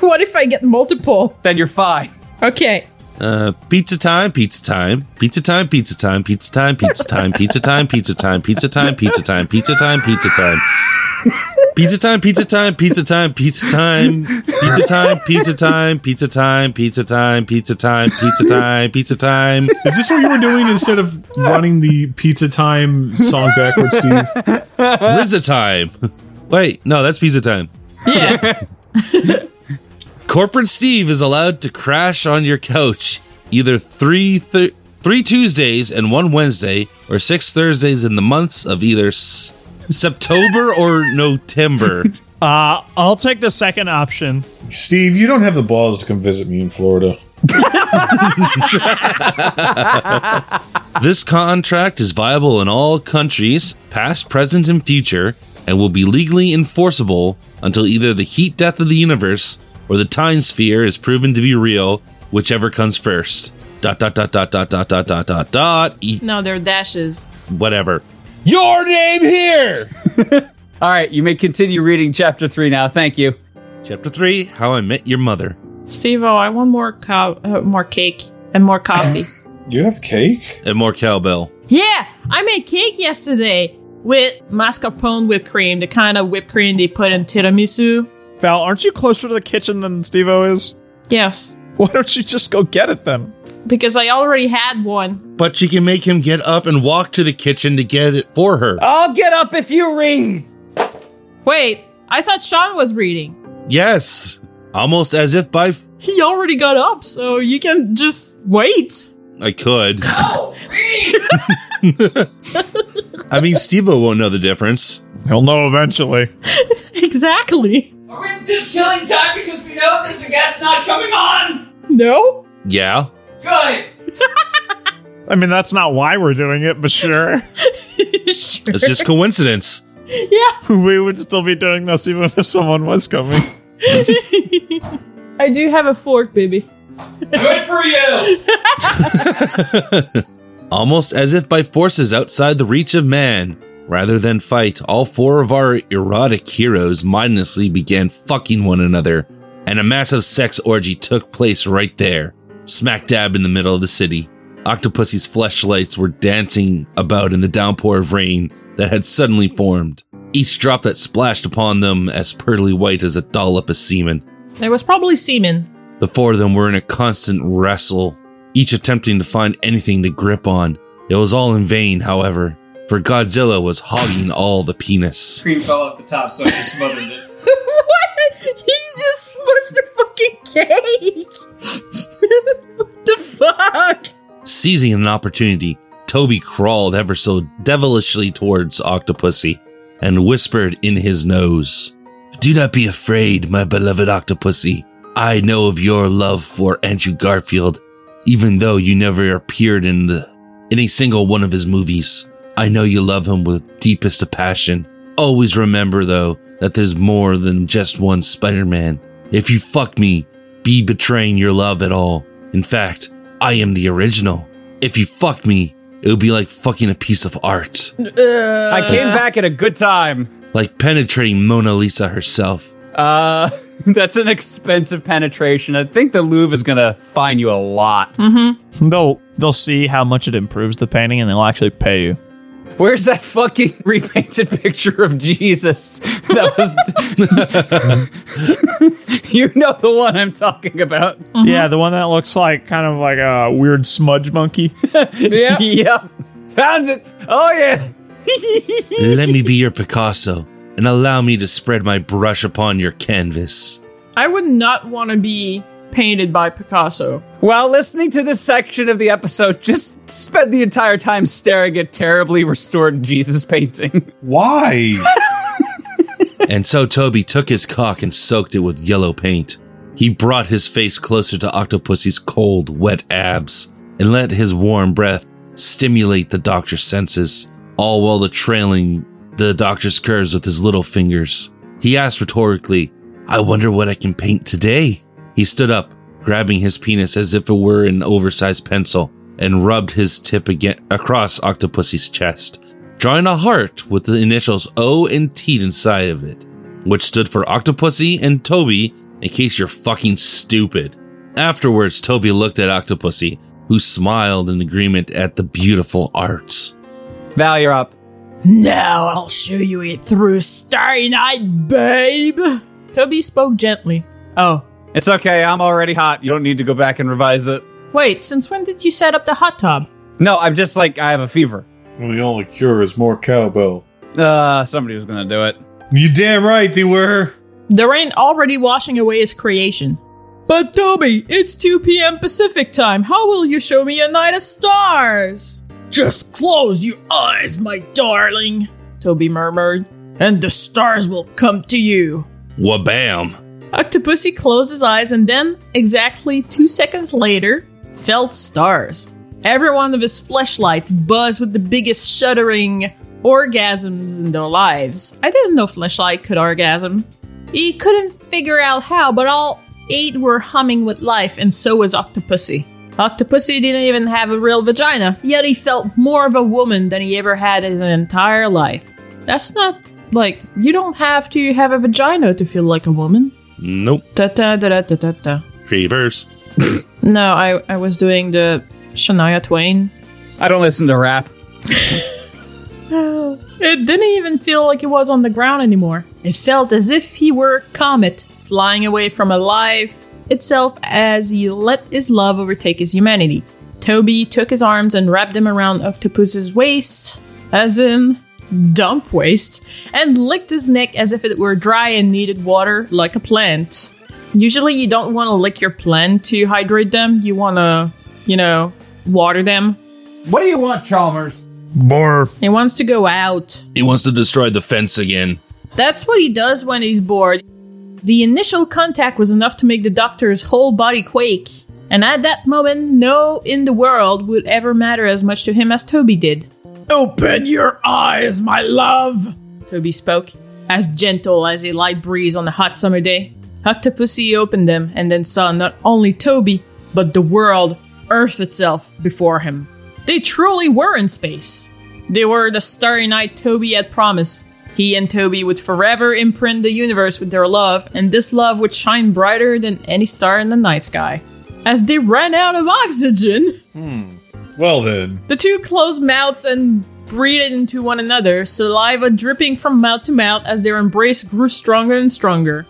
C: What if I get multiple?
A: then you're fine.
C: Okay.
D: Uh, pizza time, pizza time, pizza time, pizza time, pizza time, pizza time, pizza time, pizza time, pizza time, pizza time, pizza time, pizza time. Pizza time, pizza time, pizza time, pizza time, pizza time, pizza time, pizza time, pizza time, pizza time, pizza time, pizza time.
F: Is this what you were doing instead of running the pizza time song backwards, Steve?
D: Rizza time. Wait, no, that's pizza time.
C: Yeah.
D: Corporate Steve is allowed to crash on your couch either three th- three Tuesdays and one Wednesday, or six Thursdays in the months of either s- September or November.
B: Uh, I'll take the second option.
F: Steve, you don't have the balls to come visit me in Florida.
D: This contract is viable in all countries, past, present, and future, and will be legally enforceable until either the heat death of the universe or the time sphere is proven to be real, whichever comes first. Dot dot dot dot dot dot dot dot dot dot. E-
C: no, they're dashes.
D: whatever. Your name here.
A: All right, you may continue reading chapter three now. Thank you.
D: Chapter 3 How I Met Your Mother.
C: Steve, oh, I want more co- uh, more cake and more coffee.
F: You have cake?
D: And more cowbell.
C: yeah, I made cake yesterday with mascarpone whipped cream, the kind of whipped cream they put in tiramisu.
B: Val, aren't you closer to the kitchen than Steve O is?
C: Yes,
B: Why don't you just go get it then?
C: because I already had one.
D: But she can make him get up and walk to the kitchen to get it for her.
A: I'll get up if you read.
C: Wait, I thought Sean was reading.
D: Yes. Almost as if by. F-
C: He already got up, so you can just wait.
D: I could. I mean, Steve won't know the difference.
B: He'll know eventually.
C: Exactly.
A: Are we just killing time because we know there's a guest not coming on?
C: No?
D: Yeah.
A: Good.
B: I mean, that's not why we're doing it, but sure.
C: Sure.
D: It's just coincidence.
C: Yeah.
B: we would still be doing this even if someone was coming.
C: I do have a fork, baby.
A: Good for you.
D: Almost as if by forces outside the reach of man. Rather than fight, all four of our erotic heroes mindlessly began fucking one another, and a massive sex orgy took place right there, smack dab in the middle of the city. Octopussy's fleshlights were dancing about in the downpour of rain that had suddenly formed, each drop that splashed upon them as pearly white as a dollop of semen.
C: There was probably semen.
D: The four of them were in a constant wrestle, each attempting to find anything to grip on. It was all in vain, however, for Godzilla was hogging all the penis.
A: Cream fell off the top, so I just smothered it.
C: what? He just smushed the fucking cake. what the fuck?
D: Seizing an opportunity, Toby crawled ever so devilishly towards Octopussy and whispered in his nose, Do not be afraid, my beloved Octopussy. I know of your love for Andrew Garfield, even though you never appeared in the in a single one of his movies. I know you love him with deepest of passion. Always remember though that there's more than just one Spider-Man. If you fuck me, be betraying your love at all. In fact, I am the original. If you fuck me, it would be like fucking a piece of art.
A: I came back at a good time.
D: Like penetrating Mona Lisa herself.
A: Uh, that's an expensive penetration. I think the Louvre is gonna fine you a lot.
B: They'll they'll see how much it improves the painting, and they'll actually pay you.
A: Where's that fucking repainted picture of Jesus? That was. you know the one I'm talking about.
B: Yeah, the one that looks like kind of like a weird smudge monkey.
C: Yeah.
A: Yep. Found it. Oh, yeah.
D: Let me be your Picasso and allow me to spread my brush upon your canvas.
C: I would not want to be painted by Picasso.
A: While listening to this section of the episode, just spend the entire time staring at terribly restored Jesus painting.
G: Why?
D: And so Toby took his cock and soaked it with yellow paint. He brought his face closer to Octopussy's cold, wet abs and let his warm breath stimulate the doctor's senses, all while the trailing the doctor's curves with his little fingers. He asked rhetorically, I wonder what I can paint today. He stood up, grabbing his penis as if it were an oversized pencil, and rubbed his tip again across Octopussy's chest, drawing a heart with the initials O and T inside of it, which stood for Octopussy and Toby, in case you're fucking stupid. Afterwards, Toby looked at Octopussy, who smiled in agreement at the beautiful arts.
A: Val, you're up.
C: Now I'll show you it through Starry Night, babe. Toby spoke gently. Oh.
A: It's okay. I'm already hot. You don't need to go back and revise it.
C: Wait, since when did you set up the hot tub?
A: No, I'm just like, I have a fever.
F: Well, the only cure is more cowbell.
A: Uh, somebody was gonna do it.
F: You damn right they were.
C: The rain already washing away his creation. But Toby, it's 2 p.m. Pacific time. How will you show me a night of stars? Just close your eyes, my darling, Toby murmured, and the stars will come to you.
D: Wabam!
C: Octopussy closed his eyes and then, exactly two seconds later, felt stars. Every one of his fleshlights buzzed with the biggest shuddering orgasms in their lives. I didn't know fleshlight could orgasm. He couldn't figure out how, but all eight were humming with life, and so was Octopussy. Octopussy didn't even have a real vagina, yet he felt more of a woman than he ever had in his entire life. That's not like you don't have to have a vagina to feel like a woman.
D: Nope.
C: Da da da da da da da.
D: Creepers.
C: No, I, I was doing the Shania Twain.
A: I don't listen to rap.
C: It didn't even feel like it was on the ground anymore. It felt as if he were a comet flying away from a life itself as he let his love overtake his humanity. Toby took his arms and wrapped them around Octopus's waist, as in dump waist, and licked his neck as if it were dry and needed water like a plant. Usually, you don't want to lick your plant to hydrate them, you want to, you know, water them.
A: What do you want, Chalmers?
B: Barf.
C: He wants to go out.
D: He wants to destroy the fence again.
C: That's what he does when he's bored. The initial contact was enough to make the doctor's whole body quake, and at that moment, no in the world would ever matter as much to him as Toby did. Open your eyes, my love! Toby spoke, as gentle as a light breeze on a hot summer day. Octopussy opened them and then saw not only Toby, but the world, Earth itself, before him. They truly were in space. They were the starry night Toby had promised. He and Toby would forever imprint the universe with their love, and this love would shine brighter than any star in the night sky. As they ran out of oxygen,
F: Well then.
C: the two closed mouths and breathed into one another, saliva dripping from mouth to mouth as their embrace grew stronger and stronger.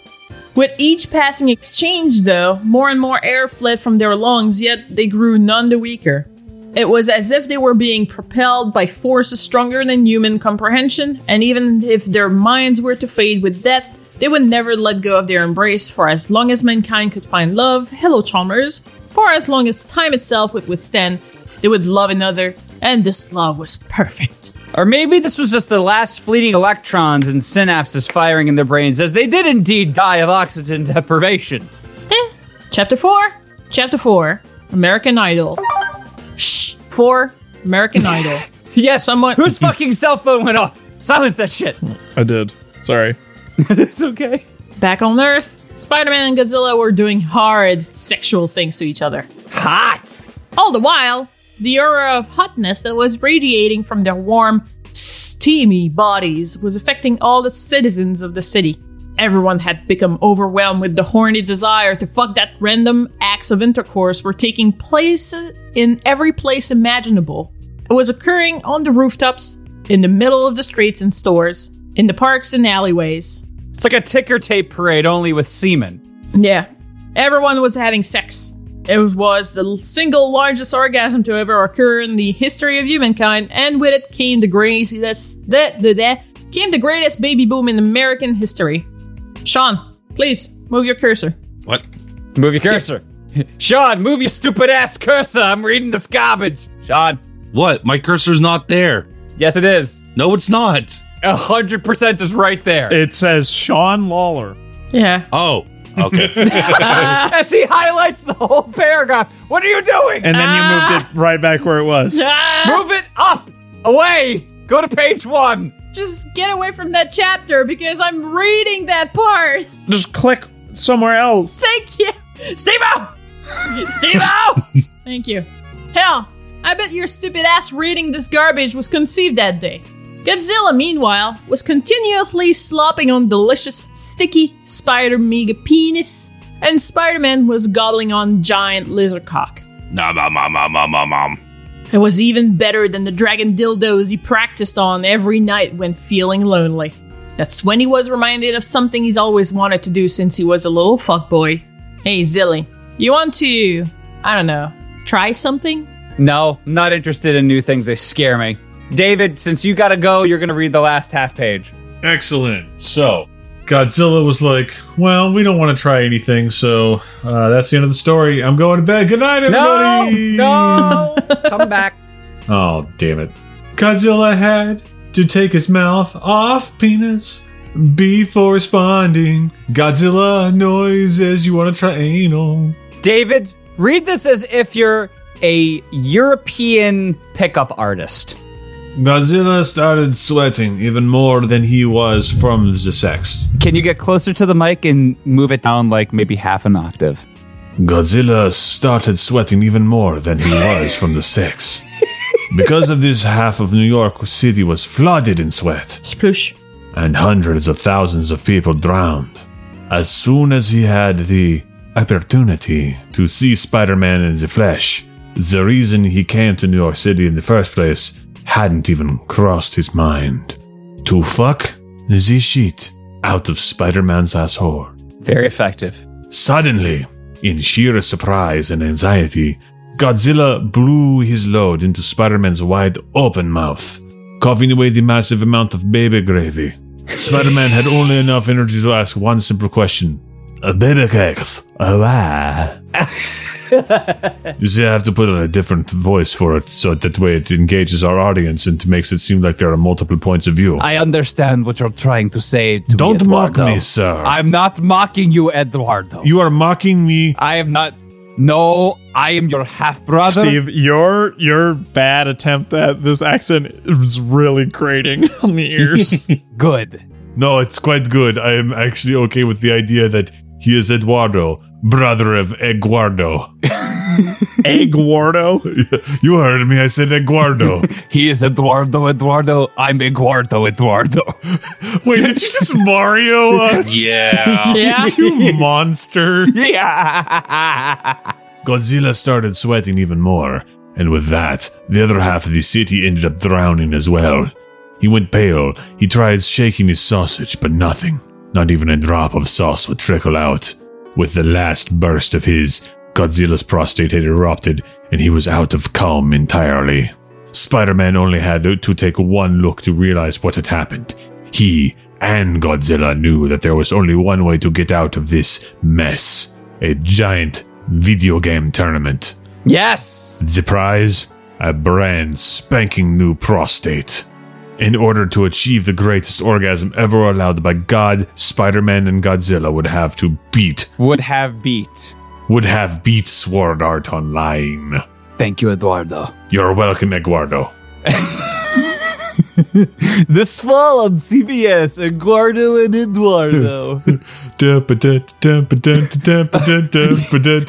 C: With each passing exchange, though, more and more air fled from their lungs, yet they grew none the weaker. It was as if they were being propelled by forces stronger than human comprehension, and even if their minds were to fade with death, they would never let go of their embrace for as long as mankind could find love, hello Chalmers, for as long as time itself would withstand, they would love another, and this love was perfect.
A: Or maybe this was just the last fleeting electrons and synapses firing in their brains as they did indeed die of oxygen deprivation.
C: Eh, Chapter 4. Chapter 4. American Idol. Shh. 4. American Idol.
A: Yes,
C: Someone-
A: whose fucking cell phone went off. Silence that shit.
B: I did. Sorry.
A: It's okay.
C: Back on Earth, Spider Man and Godzilla were doing hard sexual things to each other.
A: Hot.
C: All the while, the aura of hotness that was radiating from their warm, steamy bodies was affecting all the citizens of the city. Everyone had become overwhelmed with the horny desire to fuck that random acts of intercourse were taking place in every place imaginable. It was occurring on the rooftops, in the middle of the streets and stores, in the parks and alleyways.
A: It's like a ticker tape parade only with semen.
C: Yeah. Everyone was having sex. It was the single largest orgasm to ever occur in the history of humankind, and with it came the greatest that the that came the greatest baby boom in American history. Sean, please move your cursor.
D: What?
A: Move your cursor. Sean, move your stupid ass cursor. I'm reading this garbage. Sean.
D: What? My cursor's not there.
A: Yes, it is.
D: No, it's not.
A: A hundred percent is right there.
B: It says Sean Lawler.
C: Yeah.
D: Oh, okay.
A: As he highlights the whole paragraph. What are you doing?
B: And then you moved it right back where it was.
C: Ah!
A: Move it up, away. Go to page one.
C: Just get away from that chapter because I'm reading that part.
B: Just click somewhere else.
C: Thank you. Steve out! Steve out! Thank you. Hell, I bet your stupid ass reading this garbage was conceived that day. Godzilla, meanwhile, was continuously slopping on delicious, sticky spider mega penis, and Spider Man was gobbling on giant lizard cock.
D: nom, nom, nom, nom, nom, nom, nom.
C: It was even better than the dragon dildos he practiced on every night when feeling lonely. That's when he was reminded of something he's always wanted to do since he was a little fuckboy. Hey, Zilly, you want to, I don't know, try something?
A: No, I'm not interested in new things. They scare me. David, since you gotta go, you're gonna read the last half page.
F: Excellent. So, Godzilla was like, "Well, we don't want to try anything, so uh, that's the end of the story. I'm going to bed. Good night,
A: No,
F: everybody."
A: no, come back.
F: Oh, damn it. Godzilla had to take his mouth off penis before responding. Godzilla noises. You want to try anal?
A: David, read this as if you're a European pickup artist.
F: Godzilla started sweating even more than he was from the sex.
A: Can you get closer to the mic and move it down like maybe half an octave?
F: Godzilla started sweating even more than he was from the sex. Because of this, half of New York City was flooded in sweat.
C: Sploosh.
F: and hundreds of thousands of people drowned. As soon as he had the opportunity to see Spider Man in the flesh, the reason he came to New York City in the first place hadn't even crossed his mind. To fuck the shit out of Spider Man's asshole.
A: Very effective.
F: Suddenly, in sheer surprise and anxiety, Godzilla blew his load into Spider Man's wide open mouth, coughing away the massive amount of baby gravy. Spider Man had only enough energy to ask one simple question "A Baby cakes, uh, why? You see, I have to put on a different voice for it so that way it engages our audience and makes it seem like there are multiple points of view.
A: I understand what you're trying to say. To
F: Don't
A: me,
F: mock
A: Eduardo.
F: me, sir.
A: I'm not mocking you, Eduardo.
F: you are mocking me.
A: I am not. No, I am your half brother.
B: Steve, your your bad attempt at this accent is really grating on the ears.
A: Good.
F: No, it's quite good. I am actually okay with the idea that he is Eduardo, brother of Eduardo.
B: Eduardo.
F: you heard me. I said Eduardo.
A: He is Eduardo, Eduardo. I'm Eduardo, Eduardo.
F: Wait, did you just Mario us?
D: Yeah.
C: Yeah.
F: You monster.
A: yeah.
F: Godzilla started sweating even more, and with that, the other half of the city ended up drowning as well. He went pale. He tried shaking his sausage, but nothing. Not even a drop of sauce would trickle out. With the last burst of his, Godzilla's prostate had erupted, and he was out of calm entirely. Spider Man only had to take one look to realize what had happened. He and Godzilla knew that there was only one way to get out of this mess a giant video game tournament.
A: Yes.
F: The prize? A brand spanking new prostate. In order to achieve the greatest orgasm ever allowed by God, Spider Man and Godzilla would have to beat
A: Would have beat.
F: would have beat Sword Art Online.
A: Thank you, Eduardo.
F: You're welcome, Eduardo.
A: This fall on CBS, Eduardo and Eduardo.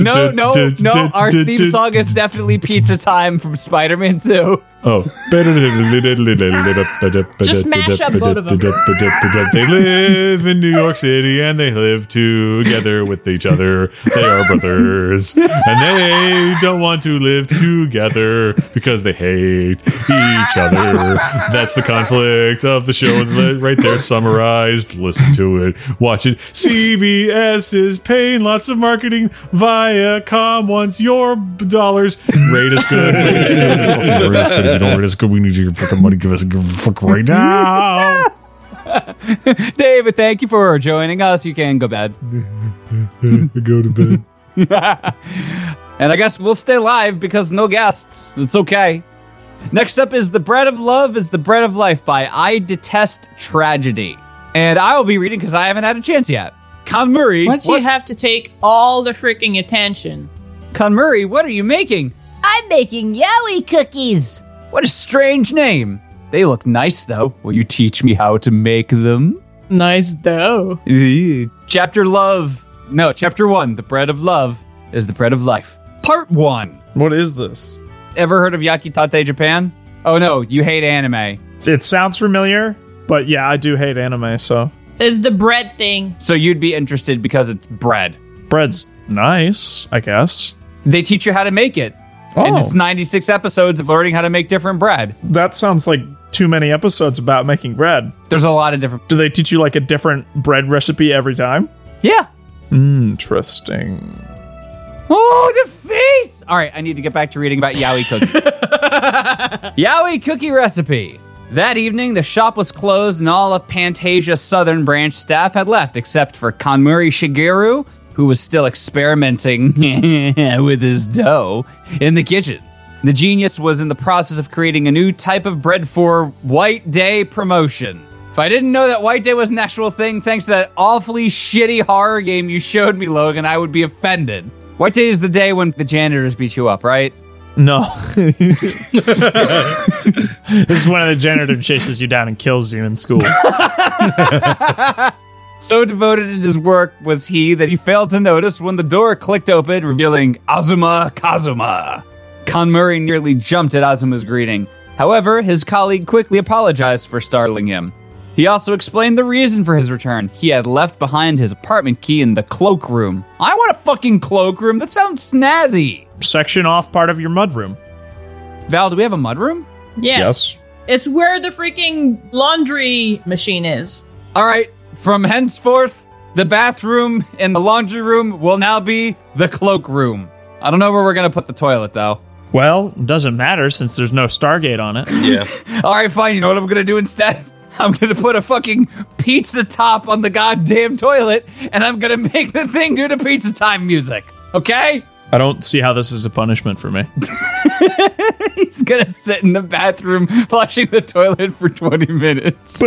A: no,
F: No,
A: no, no. Our theme song is definitely Pizza Time from Spider Man 2.
F: Oh. Just
C: Just mash up both of them.
F: They live in New York City and they live together with each other. They are brothers. And they don't want to live together because they hate each other. That's the conflict of the show right there summarized. Listen to it. Watch it. CBS is paying lots of marketing. Viacom wants your dollars. Rate is good. Rate is good. Fucking rate us good. If you don't rate us good, we need your fucking money. Give us a give a fuck right now.
A: David, thank you for joining us. You can go bad.
F: Go to bed.
A: And I guess we'll stay live because no guests. It's okay. Next up is The Bread of Love is the Bread of Life by I Detest Tragedy. And I will be reading because I haven't had a chance yet. Con Murray,
C: Why do you
A: what,
C: have to take all the freaking attention?
A: Con Murray, what are you making?
G: I'm making yaoi cookies.
A: What a strange name. They look nice though. Will you teach me how to make them?
C: Nice dough.
A: Eee. Chapter Love. No, Chapter 1, The Bread of Love is the Bread of Life. Part 1.
B: What is this?
A: Ever heard of Yakitate Japan? Oh no, you hate anime.
B: It sounds familiar, but yeah, I do hate anime, so.
C: It's the bread thing.
A: So you'd be interested because it's bread.
B: Bread's nice, I guess.
A: They teach you how to make it. And
B: Oh.
A: it's 96 episodes of learning how to make different bread.
B: That sounds like too many episodes about making bread.
A: There's a lot of different.
B: Do they teach you like a different bread recipe every time?
A: Yeah.
B: Interesting.
A: Oh, the face! All right, I need to get back to reading about Yaoi Cookie. Yaoi Cookie Recipe. That evening, the shop was closed and all of Pantasia's Southern Branch staff had left, except for Kanmuri Shigeru, who was still experimenting with his dough in the kitchen. The genius was in the process of creating a new type of bread for White Day promotion. If I didn't know that White Day was an actual thing, thanks to that awfully shitty horror game you showed me, Logan, I would be offended. White Day is the day when the janitors beat you up, right?
B: No. this is when the janitor chases you down and kills you in school.
A: So devoted in his work was he that he failed to notice when the door clicked open, revealing Azuma Kazuma. Kanmuri nearly jumped at Azuma's greeting. However, his colleague quickly apologized for startling him. He also explained the reason for his return. He had left behind his apartment key in the cloakroom. I want a fucking cloakroom. That sounds snazzy.
B: Section off part of your mudroom.
A: Val, do we have a mudroom?
C: Yes. It's where the freaking laundry machine is.
A: All right. From henceforth, the bathroom and the laundry room will now be the cloakroom. I don't know where we're gonna put the toilet though.
B: Well, doesn't matter since there's no Stargate on it.
D: Yeah.
A: All right, fine. You know what I'm gonna do instead? I'm gonna put a fucking pizza top on the goddamn toilet, and I'm gonna make the thing do the pizza time music. Okay?
B: I don't see how this is a punishment for me.
A: He's gonna sit in the bathroom flushing the toilet for 20 minutes.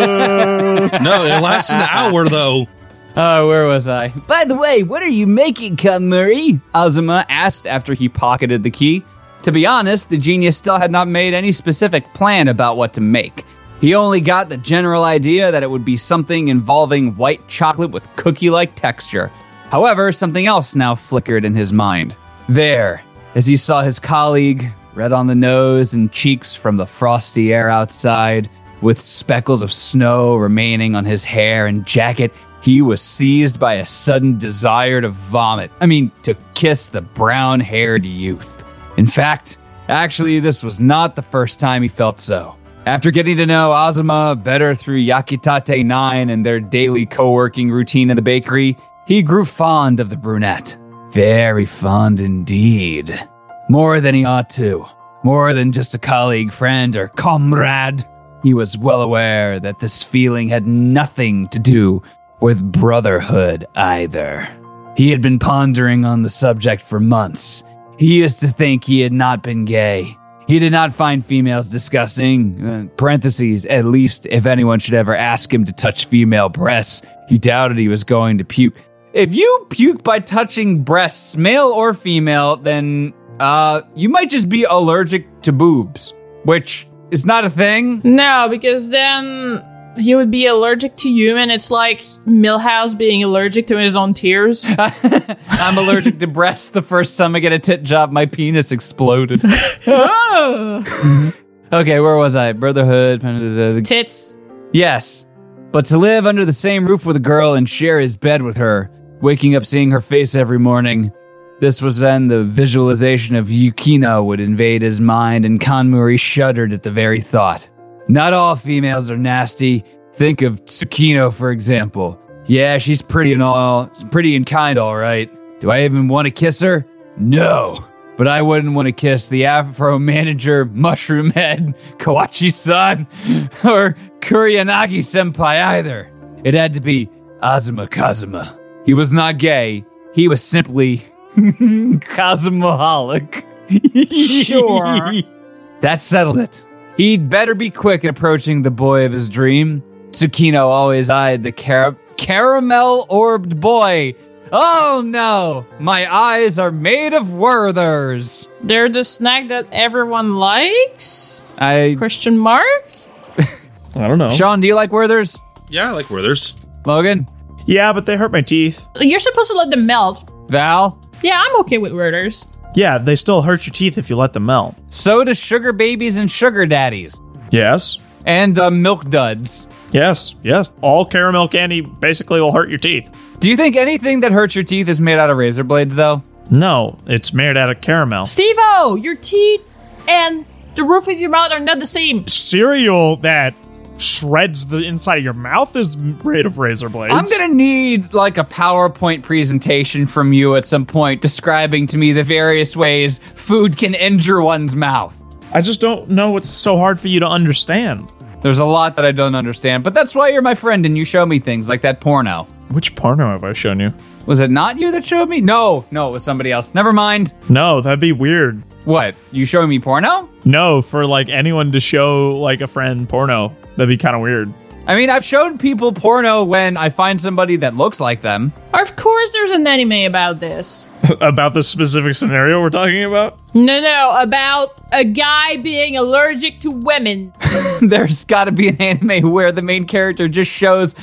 D: No, it lasts an hour though.
A: Oh, where was I? By the way, what are you making, Con Murray? Azuma asked after he pocketed the key. To be honest, the genius still had not made any specific plan about what to make. He only got the general idea that it would be something involving white chocolate with cookie like texture. However, something else now flickered in his mind. There, as he saw his colleague, red on the nose and cheeks from the frosty air outside, with speckles of snow remaining on his hair and jacket, he was seized by a sudden desire to vomit. I mean, to kiss the brown haired youth. In fact, actually, this was not the first time he felt so. After getting to know Azuma better through Yakitate 9 and their daily co working routine in the bakery, he grew fond of the brunette. Very fond indeed. More than he ought to. More than just a colleague, friend, or comrade. He was well aware that this feeling had nothing to do with brotherhood either. He had been pondering on the subject for months. He used to think he had not been gay. He did not find females disgusting. Uh, parentheses, at least if anyone should ever ask him to touch female breasts, he doubted he was going to puke. If you puke by touching breasts, male or female, then uh, you might just be allergic to boobs, which is not a thing.
C: No, because then you would be allergic to human. It's like Millhouse being allergic to his own tears.
A: I'm allergic to breasts. The first time I get a tit job, my penis exploded.
C: oh,
A: okay, where was I? Brotherhood.
C: tits.
A: Yes, but to live under the same roof with a girl and share his bed with her, waking up seeing her face every morning. This was then the visualization of Yukino would invade his mind, and Kanmuri shuddered at the very thought. Not all females are nasty. Think of Tsukino, for example. Yeah, she's pretty and all, pretty and kind, all right. Do I even want to kiss her? No. But I wouldn't want to kiss the Afro manager, Mushroom Head, Kawachi san, or Kurianagi senpai either. It had to be Azuma Kazuma. He was not gay, he was simply Cosmoholic.
C: Sure.
A: That settled it. He'd better be quick approaching the boy of his dream. Tsukino always eyed the cara- caramel orbed boy. Oh no! My eyes are made of Werthers!
C: They're the snack that everyone likes?
A: I.
C: Question mark?
F: I don't know.
A: Sean, do you like Werthers?
D: Yeah, I like Werther's.
A: Logan?
B: Yeah, but they hurt my teeth.
C: You're supposed to let them melt.
A: Val?
C: Yeah, I'm okay with Werther's.
B: Yeah, they still hurt your teeth if you let them melt.
A: So do sugar babies and sugar daddies.
B: Yes.
A: And uh, milk duds.
B: Yes. Yes. All caramel candy basically will hurt your teeth.
A: Do you think anything that hurts your teeth is made out of razor blades, though?
B: No, it's made out of caramel.
C: Steve O, your teeth and the roof of your mouth are not the same.
B: Cereal that shreds the inside of your mouth is made of razor blades.
A: I'm gonna need like a PowerPoint presentation from you at some point describing to me the various ways food can injure one's mouth.
B: I just don't know what's so hard for you to understand.
A: There's a lot that I don't understand, but that's why you're my friend and you show me things like that porno.
B: Which porno have I shown you?
A: Was it not you that showed me? No, no, it was somebody else. Never mind.
B: No, that'd be weird.
A: What? You showing me porno?
B: No, for like anyone to show like a friend porno, that'd be kind of weird.
A: I mean, I've shown people porno when I find somebody that looks like them.
C: Of course, there's an anime about this.
B: About the specific scenario we're talking about?
C: No, no, about a guy being allergic to women.
A: There's got to be an anime where the main character just shows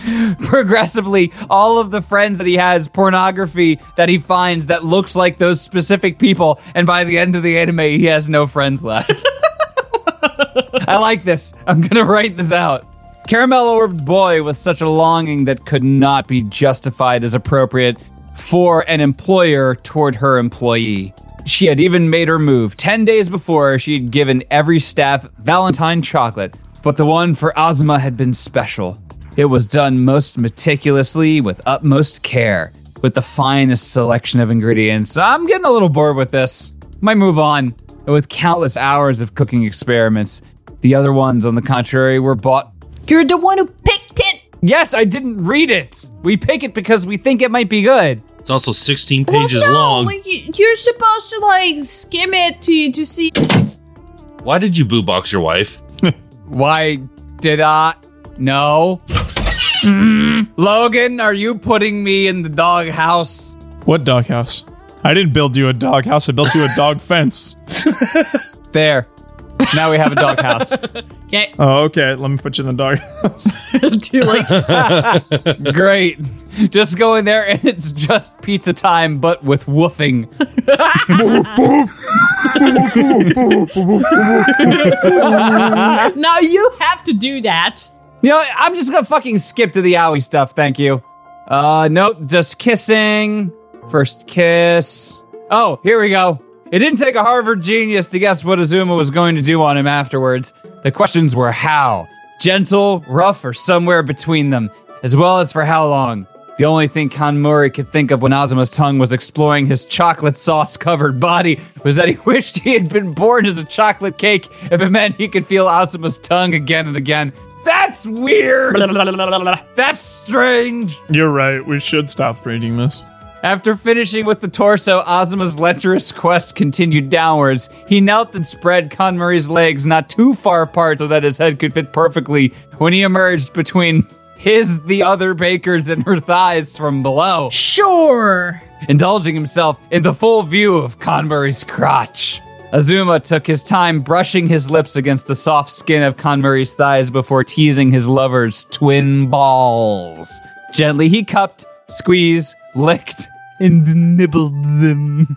A: progressively all of the friends that he has pornography that he finds that looks like those specific people, and by the end of the anime, he has no friends left. I like this. I'm gonna write this out. Caramel orbed boy with such a longing that could not be justified as appropriate for an employer toward her employee. She had even made her move. Ten days before, she had given every staff Valentine chocolate, but the one for Ozma had been special. It was done most meticulously with utmost care, with the finest selection of ingredients. I'm getting a little bored with this. Might move on. And with countless hours of cooking experiments, the other ones, on the contrary, were bought.
C: You're the one who picked it.
A: Yes, I didn't read it. We pick it because we think it might be good.
D: It's also 16 pages
C: Well, Oh, no,
D: long.
C: like, you- You're supposed to like skim it to to see.
D: Why did you boo box your wife?
A: Why did I? No. Mm. Logan, are you putting me in the doghouse?
B: What doghouse? I didn't build you a doghouse, I built you a dog fence.
A: There. Now we have a doghouse.
C: Okay,
B: Oh, okay, let me put you in the doghouse.
C: too late.
A: Great. Just go in there and it's just pizza time, but with woofing.
C: now you have to do that.
A: You know, what? I'm just gonna fucking skip to the owie stuff. Thank you. Uh, nope. Just kissing. First kiss. Oh, here we go. It didn't take a Harvard genius to guess what Azuma was going to do on him afterwards. The questions were how, gentle, rough, or somewhere between them, as well as for how long. The only thing Kanmori could think of when Azuma's tongue was exploring his chocolate sauce covered body was that he wished he had been born as a chocolate cake if it meant he could feel Azuma's tongue again and again. That's weird! That's strange!
B: You're right, we should stop reading this.
A: After finishing with the torso, Ozma's lecherous quest continued downwards. He knelt and spread Conmurie's legs not too far apart so that his head could fit perfectly when he emerged between his, the other baker's, and her thighs from below,
C: Sure.
A: indulging himself in the full view of Conmurie's crotch. Azuma took his time brushing his lips against the soft skin of Conmurie's thighs before teasing his lover's twin balls. Gently, he cupped, squeezed, licked, and nibbled them.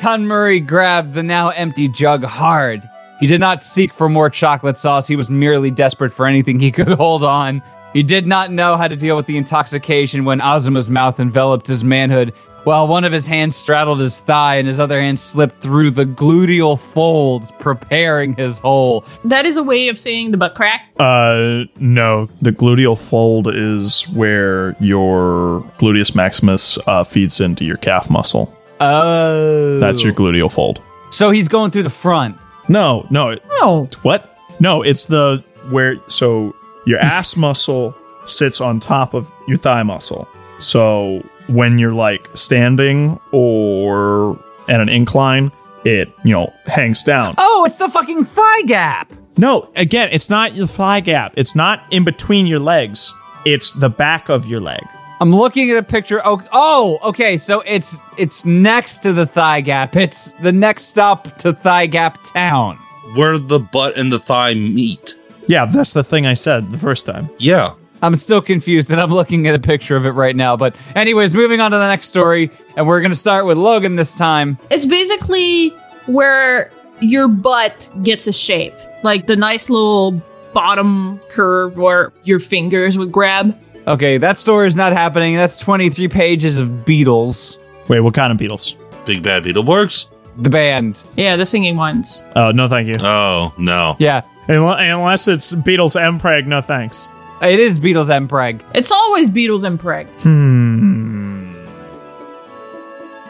A: Con Murray grabbed the now empty jug hard. He did not seek for more chocolate sauce, he was merely desperate for anything he could hold on. He did not know how to deal with the intoxication when Azuma's mouth enveloped his manhood, while one of his hands straddled his thigh and his other hand slipped through the gluteal folds, preparing his hole.
C: That is a way of saying the butt crack.
B: Uh, no. The gluteal fold is where your gluteus maximus uh, feeds into your calf muscle.
A: Oh.
B: That's your gluteal fold.
A: So he's going through the front.
B: No, no. it-
C: Oh.
B: What? No, it's the where. So your ass muscle sits on top of your thigh muscle. So when you're like standing or at an incline, it you know hangs down.
A: Oh, it's the fucking thigh gap!
B: No, again, it's not your thigh gap. It's not in between your legs. It's the back of your leg.
A: I'm looking at a picture. Oh, oh, okay. So it's it's next to the thigh gap. It's the next stop to thigh gap town.
D: Where the butt and the thigh meet.
B: Yeah, that's the thing I said the first time.
D: Yeah.
A: I'm still confused and I'm looking at a picture of it right now. But anyways, moving on to the next story, and we're gonna start with Logan this time.
C: It's basically where your butt gets a shape, like the nice little bottom curve where your fingers would grab.
A: Okay, that story is not happening. That's 23 pages of Beatles,
B: Wait, what kind of beetles?
D: Big Bad Beetleborgs?
A: the band.
C: Yeah, the singing ones.
B: Oh, no, thank you.
D: Oh, no.
A: Yeah,
B: Unle- Unless it's Beatles and Prague, no thanks.
A: it is Beatles and Preg.
C: It's always Beatles and Preg.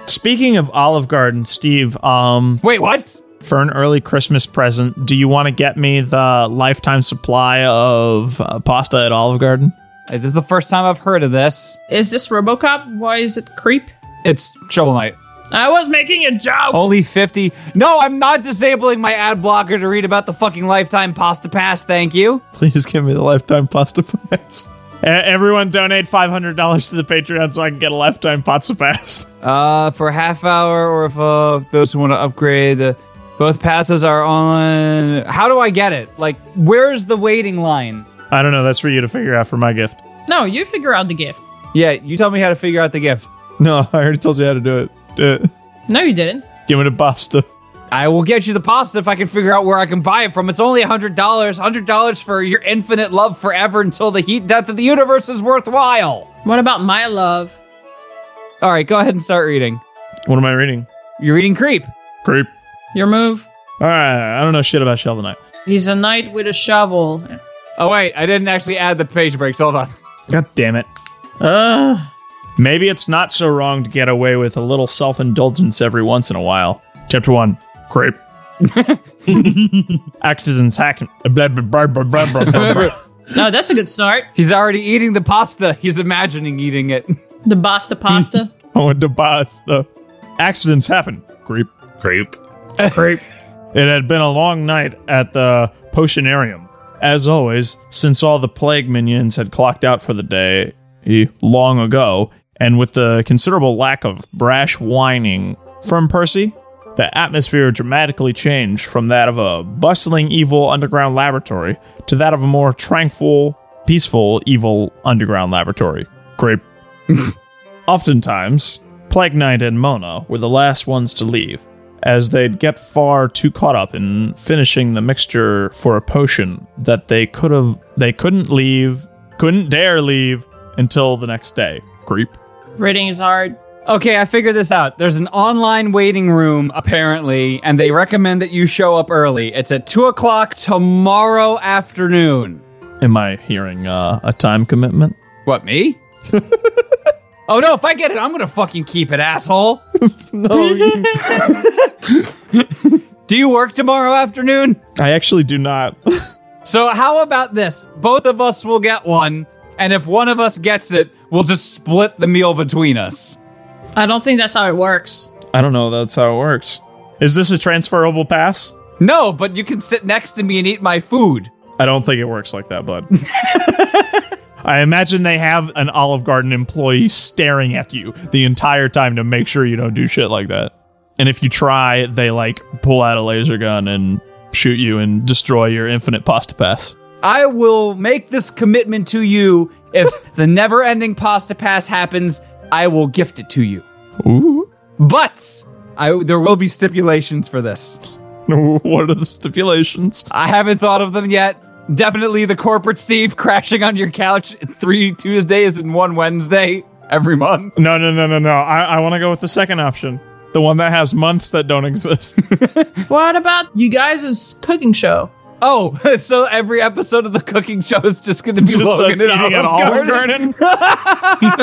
B: Speaking of Olive Garden, Steve, um,
A: Wait, what?
B: for an early Christmas present, do you want to get me the lifetime supply of uh, pasta at Olive Garden?
A: This is the first time I've heard of this.
C: Is this Robocop? Why is it creep?
A: It's Trouble Night.
C: I was making a joke.
A: Only 50. No, I'm not disabling my ad blocker to read about the fucking lifetime pasta pass, thank you.
B: Please give me the lifetime pasta pass. E- Everyone donate $500 to the Patreon so I can get a lifetime pasta pass.
A: Uh, for a half hour, or if uh, those who want to upgrade, uh, both passes are on. How do I get it? Like, where's the waiting line?
B: I don't know. That's for you to figure out for my gift.
C: No, you figure out the gift.
A: Yeah, you tell me how to figure out the gift.
B: No, I already told you how to do it. Do it.
C: No, you didn't.
B: Give me the pasta.
A: I will get you the pasta if I can figure out where I can buy it from. It's only $100. $100 for your infinite love forever until the heat death of the universe is worthwhile.
C: What about my love?
A: All right, go ahead and start reading.
B: What am I reading?
A: You're reading Creep.
B: Creep.
C: Your move?
B: All right. I don't know shit about Shovel Knight.
C: He's a knight with a shovel.
A: Oh, wait, I didn't actually add the page breaks. Hold on.
B: God damn it.
C: Ugh.
B: Maybe it's not so wrong to get away with a little self indulgence every once in a while. Chapter 1 Creep. Actors and attack. Blah, blah, blah, blah, blah, blah, blah, blah.
C: No, that's a good start.
A: He's already eating the pasta. He's imagining eating it.
C: The basta pasta.
B: I went to pasta. Accidents happen. Creep.
D: Creep.
B: Creep. It had been a long night at the potionarium. As always, since all the plague minions had clocked out for the day eh, long ago, and with the considerable lack of brash whining from Percy, the atmosphere dramatically changed from that of a bustling evil underground laboratory to that of a more tranquil, peaceful evil underground laboratory. Creep. Oftentimes, Plague Knight and Mona were the last ones to leave, as they'd get far too caught up in finishing the mixture for a potion that they could have they couldn't leave, couldn't dare leave until the next day. Creep.
C: Reading is hard.
A: Okay, I figured this out. There's an online waiting room, apparently, and they recommend that you show up early. It's at 2 o'clock tomorrow afternoon.
B: Am I hearing uh, a time commitment?
A: What, me? oh no, if I get it, I'm gonna fucking keep it, asshole.
B: No,
A: Do you work tomorrow afternoon?
B: I actually do not.
A: So, how about this? Both of us will get one, and if one of us gets it, We'll just split the meal between us.
C: I don't think that's how it works.
B: I don't know. That's how it works. Is this a transferable pass?
A: No, but you can sit next to me and eat my food.
B: I don't think it works like that, bud. I imagine they have an Olive Garden employee staring at you the entire time to make sure you don't do shit like that. And if you try, they like pull out a laser gun and shoot you and destroy your infinite pasta pass.
A: I will make this commitment to you. If the never ending pasta pass happens, I will gift it to you.
B: Ooh.
A: But I, there will be stipulations for this.
B: what are the stipulations?
A: I haven't thought of them yet. Definitely the corporate Steve crashing on your couch three Tuesdays and one Wednesday every month.
B: No, no, no, no, no. I, I want to go with the second option. The one that has months that don't exist.
C: What about you guys' cooking show?
A: Oh, so every episode of the cooking show is just going to be
B: Just
A: Logan
B: us
A: and
B: eating at
A: Olive
B: Olive
A: Garden?
B: Garden.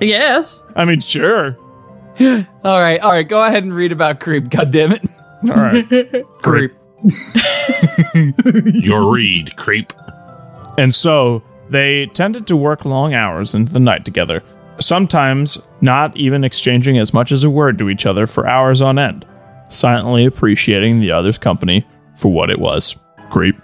C: Yes.
B: I mean, sure.
A: All right, all right, go ahead and read about Creep. God damn it,
B: All right.
A: Creep.
D: Your read, creep.
B: And so they tended to work long hours into the night together, sometimes not even exchanging as much as a word to each other for hours on end, silently appreciating the other's company for what it was. Creep.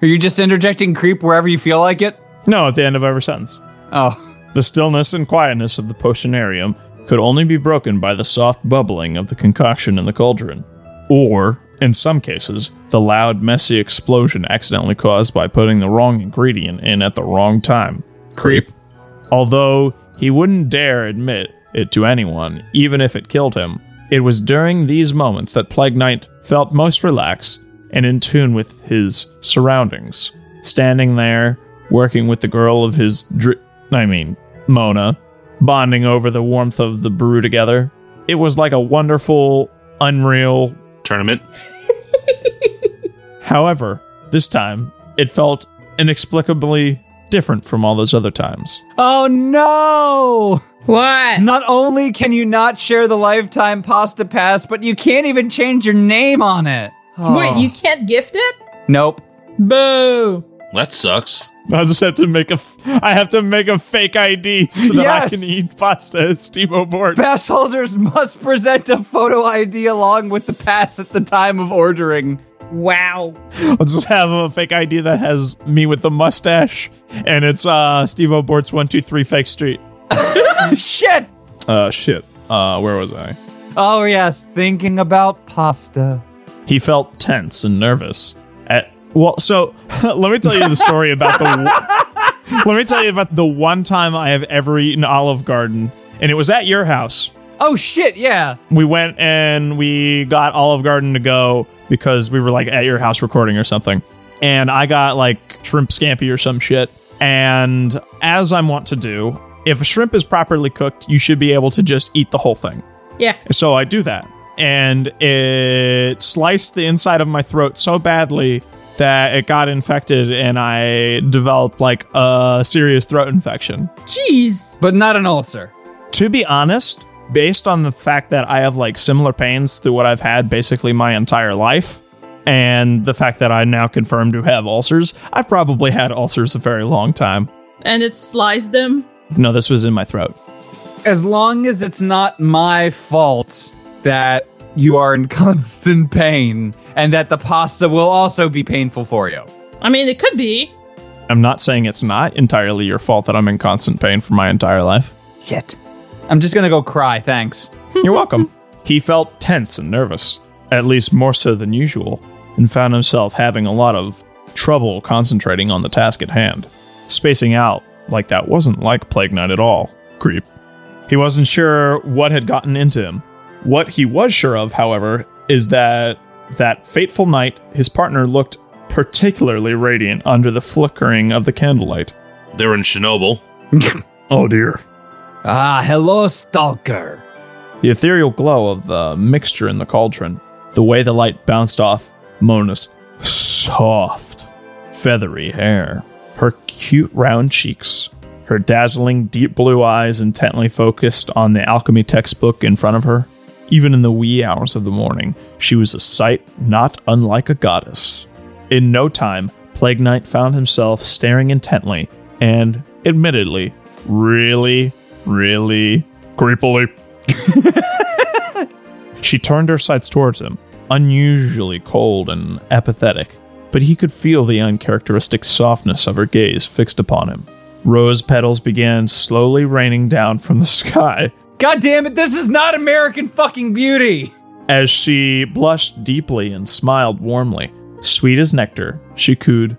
A: Are you just interjecting Creep wherever you feel like it?
B: No, at the end of every sentence.
A: Oh,
B: The stillness and quietness of the potionarium could only be broken by the soft bubbling of the concoction in the cauldron, or, in some cases, the loud, messy explosion accidentally caused by putting the wrong ingredient in at the wrong time.
A: Creep.
B: Although he wouldn't dare admit it to anyone, even if it killed him, it was during these moments that Plague Knight felt most relaxed and in tune with his surroundings. Standing there, working with the girl of his dr- I mean, Mona, bonding over the warmth of the brew together. It was like a wonderful, unreal,
D: Tournament.
B: however, this time it felt inexplicably different from all those other times.
A: Oh no!
C: What?
A: Not only can you not share the lifetime pasta pass, but you can't even change your name on it. Oh.
C: Wait, you can't gift it?
A: Nope.
C: Boo.
D: That sucks.
B: I just have to make a. F- I have to make a fake ID so that
A: Yes!
B: I can eat pasta at Steve O'Bort's.
A: Pass holders must present a photo ID along with the pass at the time of ordering.
C: Wow.
B: I'll just have a fake ID that has me with the mustache, and it's uh Steve O'Bort's one two three fake street.
A: Shit!
B: Uh, shit. Uh, where was I?
A: Oh yes, thinking about pasta.
B: He felt tense and nervous. At well, so let me tell you the story about the. one- let me tell you about the one time I have ever eaten Olive Garden, and it was at your house.
A: Oh shit, yeah.
B: we went and we got Olive Garden to go because we were like at your house recording or something. And I got like shrimp scampi or some shit. And as I'm wont to do, if a shrimp is properly cooked, you should be able to just eat the whole thing.
C: Yeah.
B: So I do that. And it sliced the inside of my throat so badly that it got infected and I developed like a serious throat infection.
C: Jeez.
A: But not an ulcer.
B: To be honest, based on the fact that I have like similar pains to what I've had basically my entire life, and the fact that I now confirm to have ulcers, I've probably had ulcers a very long time.
C: And it sliced them.
B: No, this was in my throat.
A: As long as it's not my fault that you are in constant pain and that the pasta will also be painful for you.
C: I mean, it could be.
B: I'm not saying it's not entirely your fault that I'm in constant pain for my entire life.
A: Shit. I'm just gonna go cry, thanks.
B: You're welcome. he felt tense and nervous, at least more so than usual, and found himself having a lot of trouble concentrating on the task at hand. Spacing out like that wasn't like Plague Knight at all. Creep. He wasn't sure what had gotten into him. What he was sure of, however, is that that fateful night his partner looked particularly radiant under the flickering of the candlelight.
D: They were in Chernobyl.
B: Oh dear.
A: Ah, hello, Stalker.
B: The ethereal glow of the mixture in the cauldron, the way the light bounced off Mona's soft, feathery hair, her cute round cheeks, her dazzling deep blue eyes intently focused on the alchemy textbook in front of her. Even in the wee hours of the morning, she was a sight not unlike a goddess. In no time, Plague Knight found himself staring intently and admittedly, really, really creepily. she turned her sights towards him, unusually cold and apathetic, but he could feel the uncharacteristic softness of her gaze fixed upon him. Rose petals began slowly raining down from the sky
A: God damn it, this is not American fucking beauty.
B: as she blushed deeply and smiled warmly. Sweet as nectar, she cooed,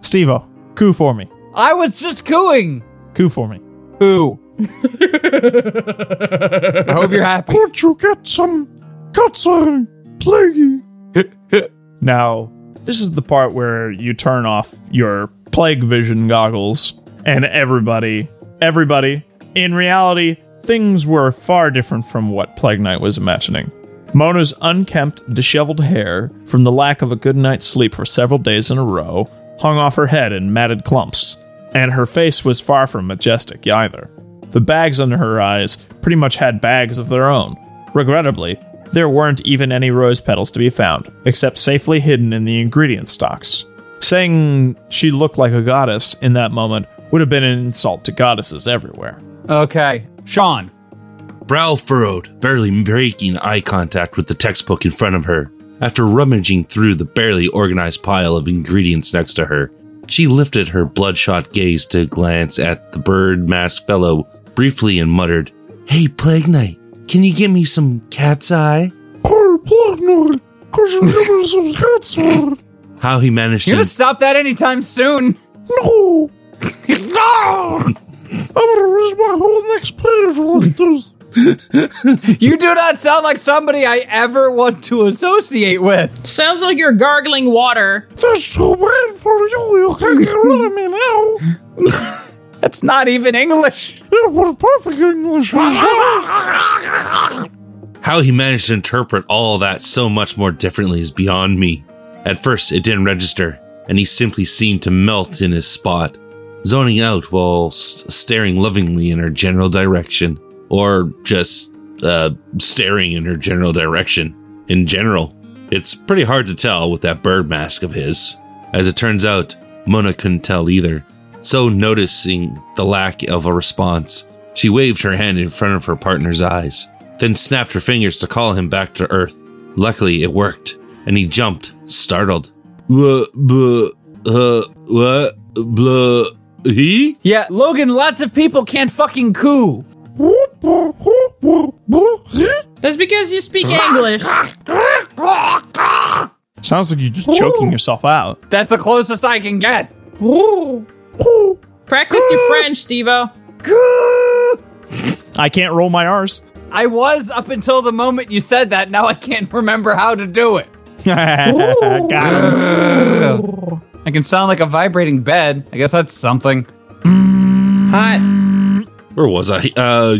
B: Stevo, coo for me.
A: I was just cooing.
B: Coo for me.
A: Ooh. I hope you're happy.
B: Could you get some cutscene, plaguey? now, this is the part where you turn off your plague vision goggles, and everybody, everybody, in reality, things were far different from what Plague Knight was imagining. Mona's unkempt, disheveled hair, from the lack of a good night's sleep for several days in a row, hung off her head in matted clumps, and her face was far from majestic either. The bags under her eyes pretty much had bags of their own. Regrettably, there weren't even any rose petals to be found, except safely hidden in the ingredient stocks. Saying she looked like a goddess in that moment would have been an insult to goddesses everywhere.
A: Okay. Sean.
D: brow furrowed, barely making eye contact with the textbook in front of her. After rummaging through the barely organized pile of ingredients next to her, she lifted her bloodshot gaze to glance at the bird masked fellow briefly and muttered, Hey, Plague Knight, can you get me some cat's eye? How he managed
A: You're
D: to
A: gonna stop that anytime soon. You do not sound like somebody I ever want to associate with.
C: Sounds like you're gargling water.
A: That's not even English.
D: How he managed to interpret all that so much more differently is beyond me. At first, it didn't register, and he simply seemed to melt in his spot, zoning out while s- staring lovingly in her general direction, or just uh, staring in her general direction. In general, it's pretty hard to tell with that bird mask of his. As it turns out, Mona couldn't tell either. So, noticing the lack of a response, she waved her hand in front of her partner's eyes, then snapped her fingers to call him back to Earth. Luckily, it worked, and he jumped, startled. Blah, blah, uh, what? Blah, he?
A: Yeah, Logan, lots of people can't fucking coo.
C: That's because you speak English.
B: Sounds like you're just choking yourself out.
A: That's the closest I can get.
C: Practice your French, Stevo.
B: I can't roll my R's.
A: I was up until the moment you said that. Now I can't remember how to do it.
B: Got him.
A: I can sound like a vibrating bed. I guess that's something. Hmm.
C: Hot.
D: Where was I? Uh,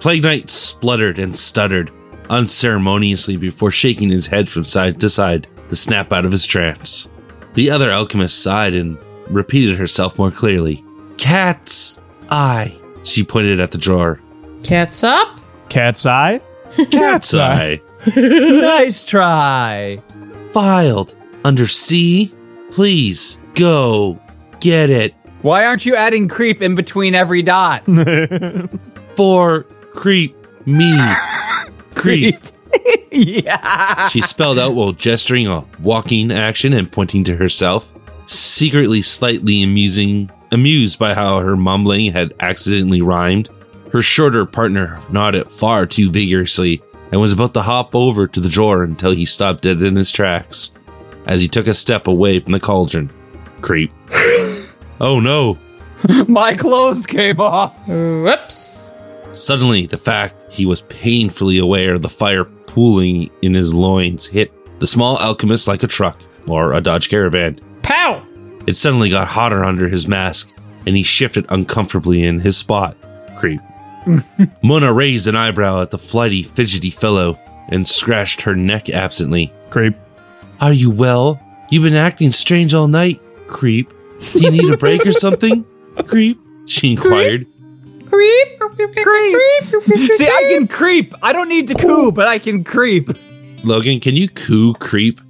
D: Plague Knight spluttered and stuttered unceremoniously before shaking his head from side to side to snap out of his trance. The other alchemist sighed and repeated herself more clearly. Cat's eye. She pointed at the drawer.
C: Cats up.
B: Cat's eye?
D: Cat's eye.
A: nice try.
D: Filed under C. Please go get it
A: Why aren't you adding creep in between every dot?
D: for creep me. Creep.
A: yeah.
D: She spelled out while gesturing a walking action and pointing to herself, secretly slightly amusing, amused by how her mumbling had accidentally rhymed. Her shorter partner nodded far too vigorously and was about to hop over to the drawer until he stopped dead in his tracks as he took a step away from the cauldron. Creep. oh no,
A: My clothes came off.
C: Whoops.
D: Suddenly, the fact he was painfully aware of the fire pooling in his loins hit the small alchemist like a truck or a Dodge Caravan.
C: Pow.
D: It suddenly got hotter under his mask, and he shifted uncomfortably in his spot. Creep. Mona raised an eyebrow at the flighty, fidgety fellow and scratched her neck absently.
B: Creep.
D: Are you well? You've been acting strange all night, creep. Do you need a break or something? Creep, she inquired.
C: Creep. Creep. Creep.
A: See, I can creep. I don't need to coo, but I can creep.
D: Logan, can you coo creep?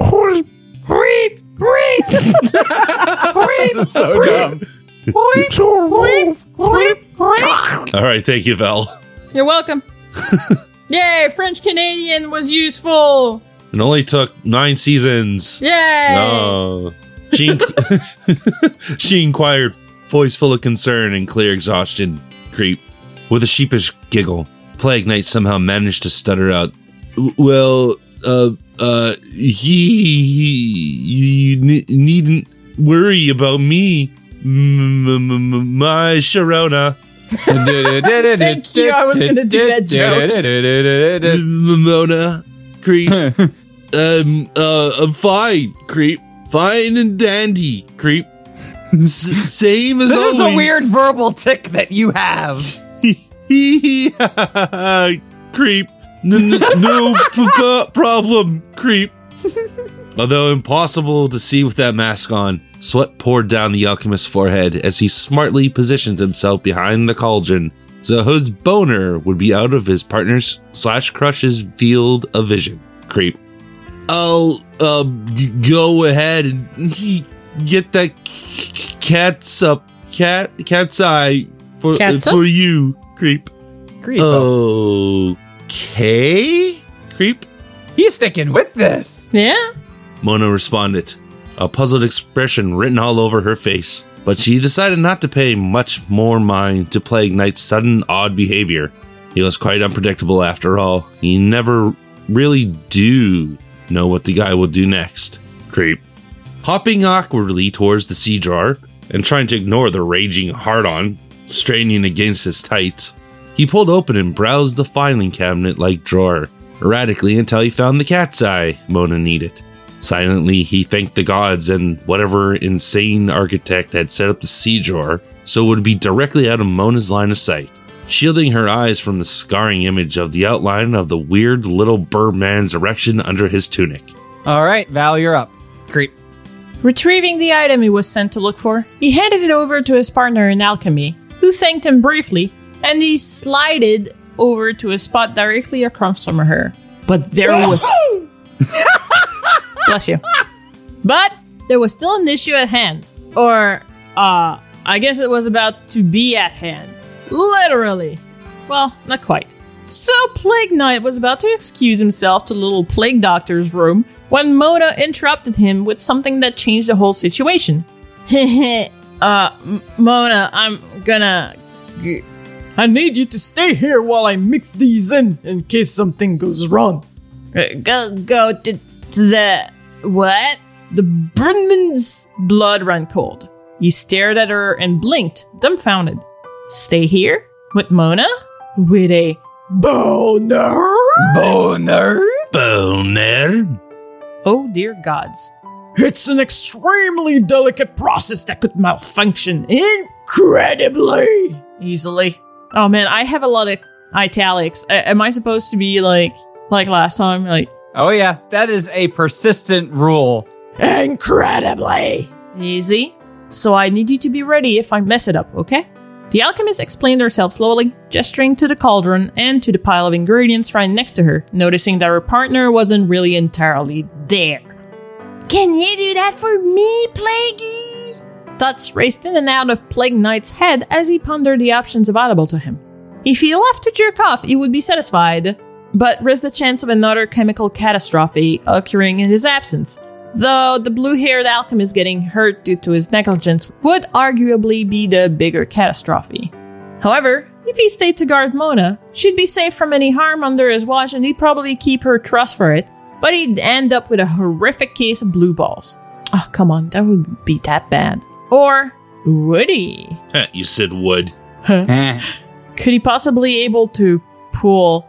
C: Creep. Creep! Creep! creep!
B: So dumb.
C: Creep! Creep! Creep!
B: Ah.
C: Creep!
D: All right, thank you, Val.
C: You're welcome. Yay, French Canadian was useful.
D: It only took nine seasons.
C: Yay!
D: No. She, inqu- she inquired, voice full of concern and clear exhaustion. Creep. With a sheepish giggle, Plague Knight somehow managed to stutter out, "W- Well, uh, uh, he, he- you ne- needn't worry about me, m- m- m- my Sharona.
A: Thank
C: you, I was gonna do that
A: joke.
D: Mona, creep. um, uh, I'm fine, creep. Fine and dandy, creep. S- same as
A: This is a
D: always.
A: weird verbal tick that you have.
D: creep. N- n- no p- p- problem, creep. Although impossible to see with that mask on, sweat poured down the alchemist's forehead as he smartly positioned himself behind the cauldron, so his boner would be out of his partner's slash crush's field of vision. Creep. I'll uh, g- go ahead and he get that c- c- cat's up cat cat's eye for
C: Catsup?
D: for you, creep.
A: Creepo.
D: Okay, creep.
C: Oh.
A: He's sticking with this.
C: Yeah?
D: Mona responded, a puzzled expression written all over her face. But she decided not to pay much more mind to Plague Knight's sudden odd behavior. He was quite unpredictable after all. You never really do know what the guy will do next. Creep. Hopping awkwardly towards the sea jar and trying to ignore the raging hard on, straining against his tights, he pulled open and browsed the filing cabinet like drawer, erratically until he found the cat's eye Mona needed. Silently, he thanked the gods and whatever insane architect had set up the sea drawer so it would be directly out of Mona's line of sight, shielding her eyes from the scarring image of the outline of the weird little birdman's erection under his tunic.
A: All right, Val, you're up. Creep.
C: Retrieving the item he was sent to look for, he handed it over to his partner in alchemy, who thanked him briefly, and he slided over to a spot directly across from her. But there was. Bless you. But there was still an issue at hand. Or, uh, I guess it was about to be at hand. Literally. Well, not quite. So Plague Knight was about to excuse himself to little Plague Doctor's room when Mona interrupted him with something that changed the whole situation. uh, M- Mona, I'm gonna. g- I need you to stay here while I mix these in in case something goes wrong. Uh, Go, go to, to the what? The Burnman's blood ran cold. He stared at her and blinked, dumbfounded. Stay here with Mona with a boner.
A: Boner.
D: Boner?
C: Oh dear gods! It's an extremely delicate process that could malfunction incredibly easily. Oh man, I have a lot of italics. A- am I supposed to be like like last time, like
A: Oh yeah, that is a persistent rule.
C: Incredibly easy. So I need you to be ready if I mess it up, okay? The alchemist explained herself slowly, gesturing to the cauldron and to the pile of ingredients right next to her, noticing that her partner wasn't really entirely there. Can you do that for me, Plaguey? Thoughts raced in and out of Plague Knight's head as he pondered the options available to him. If he left to jerk off, he would be satisfied, but risked the chance of another chemical catastrophe occurring in his absence. Though the blue haired alchemist getting hurt due to his negligence would arguably be the bigger catastrophe. However, if he stayed to guard Mona, she'd be safe from any harm under his watch and he'd probably keep her trust for it, but he'd end up with a horrific case of blue balls. Oh, come on, that would be that bad. Or would he?
D: Heh, you said wood.
A: Eh.
C: could he possibly able to pull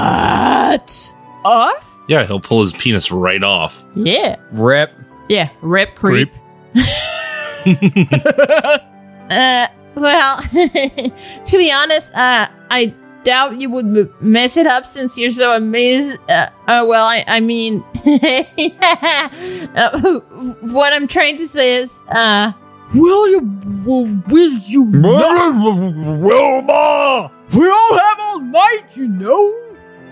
C: that off?
D: Yeah, he'll pull his penis right off.
C: Yeah.
A: Rip.
C: Yeah. Rip creep. uh, well, to be honest, uh, I doubt you would m- mess it up since you're so amazed. Uh, uh well, I, I mean, uh, what I'm trying to say is, uh, will you, will, will you
B: Wilma!
C: We all have all night, you know!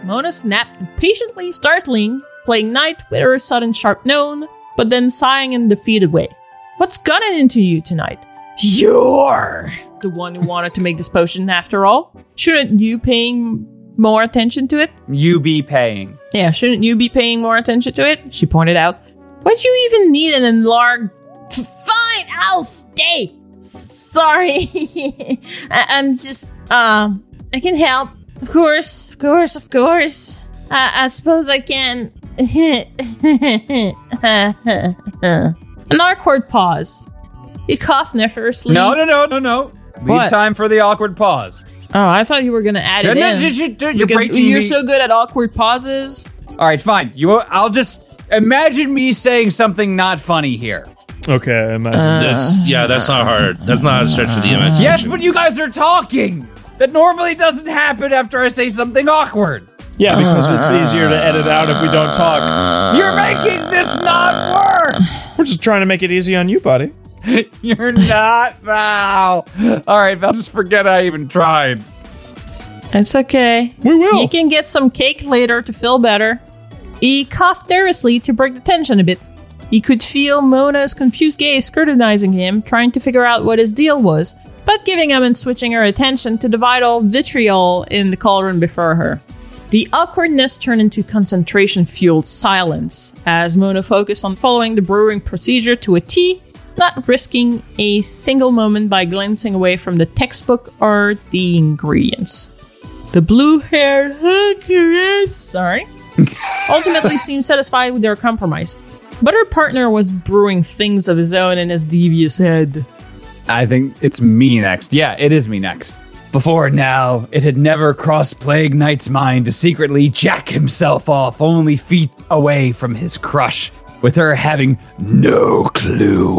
C: Mona snapped impatiently, startling, playing Knight with her sudden sharp known, but then sighing in defeat away. What's gotten into you tonight? You're the one who wanted to make this potion after all. Shouldn't you paying more attention to it?
A: You be paying.
C: Yeah, shouldn't you be paying more attention to it? She pointed out. Why'd you even need an enlarged? Fine, I'll stay. Sorry, I- I'm just um, I can help. Of course, of course, of course. I, I suppose I can. an awkward pause. He coughed nervously.
A: No, no, no, no, no. Leave
C: What?
A: time for the awkward pause.
C: Oh, I thought you were gonna add it
A: No, no,
C: in.
A: you should- you're
C: because
A: breaking
C: you're
A: the-
C: so good at awkward pauses.
A: All right, fine. You, I'll just imagine me saying something not funny here.
B: Okay, I imagine.
D: That's yeah, that's not hard. That's not a stretch of the imagination.
A: Yes, but you guys are talking. That normally doesn't happen after I say something awkward.
B: yeah, because it's easier to edit out if we don't talk.
A: You're making this not work.
B: We're just trying to make it easy on you, buddy.
A: You're not Val. All right, Val, just forget I even tried.
C: It's okay.
B: We will.
C: You can get some cake later to feel better. He coughed nervously to break the tension a bit. He could feel Mona's confused gaze scrutinizing him, trying to figure out what his deal was, but giving him and switching her attention to the vital vitriol in the cauldron before her. The awkwardness turned into concentration fueled silence as Mona focused on following the brewing procedure to a T, not risking a single moment by glancing away from the textbook or the ingredients. The blue haired hookeress, sorry, ultimately seemed satisfied with their compromise. But her partner was brewing things of his own in his devious head.
A: I think it's me next. Yeah, it is me next. Before now, it had never crossed Plague Knight's mind to secretly jack himself off only feet away from his crush, with her having no clue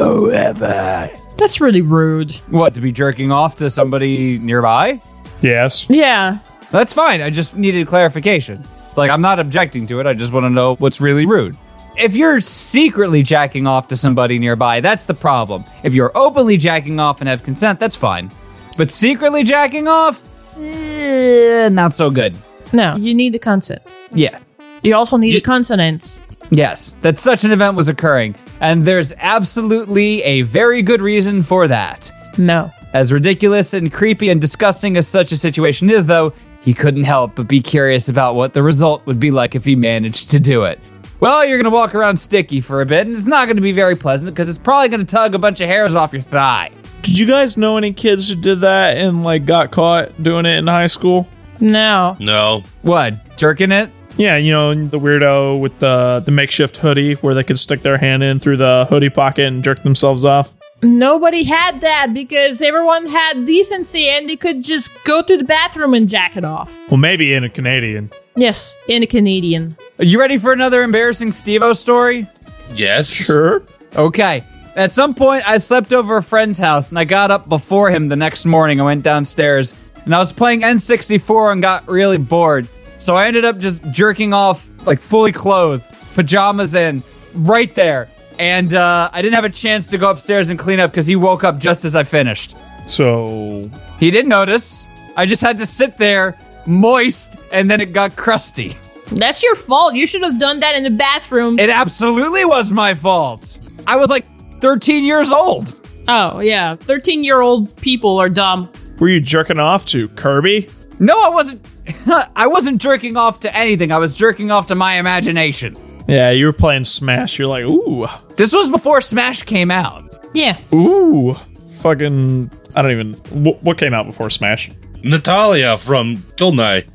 A: whatsoever.
C: That's really rude.
A: What, to be jerking off to somebody nearby?
B: Yes.
C: Yeah.
A: That's fine. I just needed clarification. Like, I'm not objecting to it. I just want to know what's really rude. If you're secretly jacking off to somebody nearby, that's the problem. If you're openly jacking off and have consent, that's fine. But secretly jacking off, eh, not so good.
C: No, you need the consent.
A: Yeah.
C: You also need the consonants.
A: Yes, that such an event was occurring. And there's absolutely a very good reason for that.
C: No.
A: As ridiculous and creepy and disgusting as such a situation is, though, he couldn't help but be curious about what the result would be like if he managed to do it. Well, you're gonna walk around sticky for a bit, and it's not gonna be very pleasant because it's probably gonna tug a bunch of hairs off your thigh.
B: Did you guys know any kids who did that and like got caught doing it in high school?
C: No.
D: No.
A: What, jerking it?
B: Yeah, you know the weirdo with the the makeshift hoodie where they could stick their hand in through the hoodie pocket and jerk themselves off.
C: Nobody had that because everyone had decency and they could just go to the bathroom and jack it off.
B: Well, maybe in a Canadian.
C: Yes, in a Canadian.
A: Are you ready for another embarrassing Stevo story?
D: Yes.
B: Sure.
A: Okay. At some point, I slept over a friend's house and I got up before him the next morning. I went downstairs and I was playing N64 and got really bored. So I ended up just jerking off, like fully clothed, pajamas in, right there. And uh, I didn't have a chance to go upstairs and clean up because he woke up just as I finished.
B: So
A: He didn't notice. I just had to sit there, moist, and then it got crusty.
C: That's your fault. You should have done that in the bathroom.
A: It absolutely was my fault. I was like 13 years old.
C: oh, yeah. 13 year old people are dumb.
B: were you jerking off to Kirby?
A: No, I wasn't. I wasn't jerking off to anything. I was jerking off to my imagination.
B: Yeah, you were playing Smash. You're like, ooh,
A: This was before Smash came out.
C: Yeah.
B: ooh, fucking. I don't even. Wh- what came out before Smash?
D: Natalia from Goldeneye.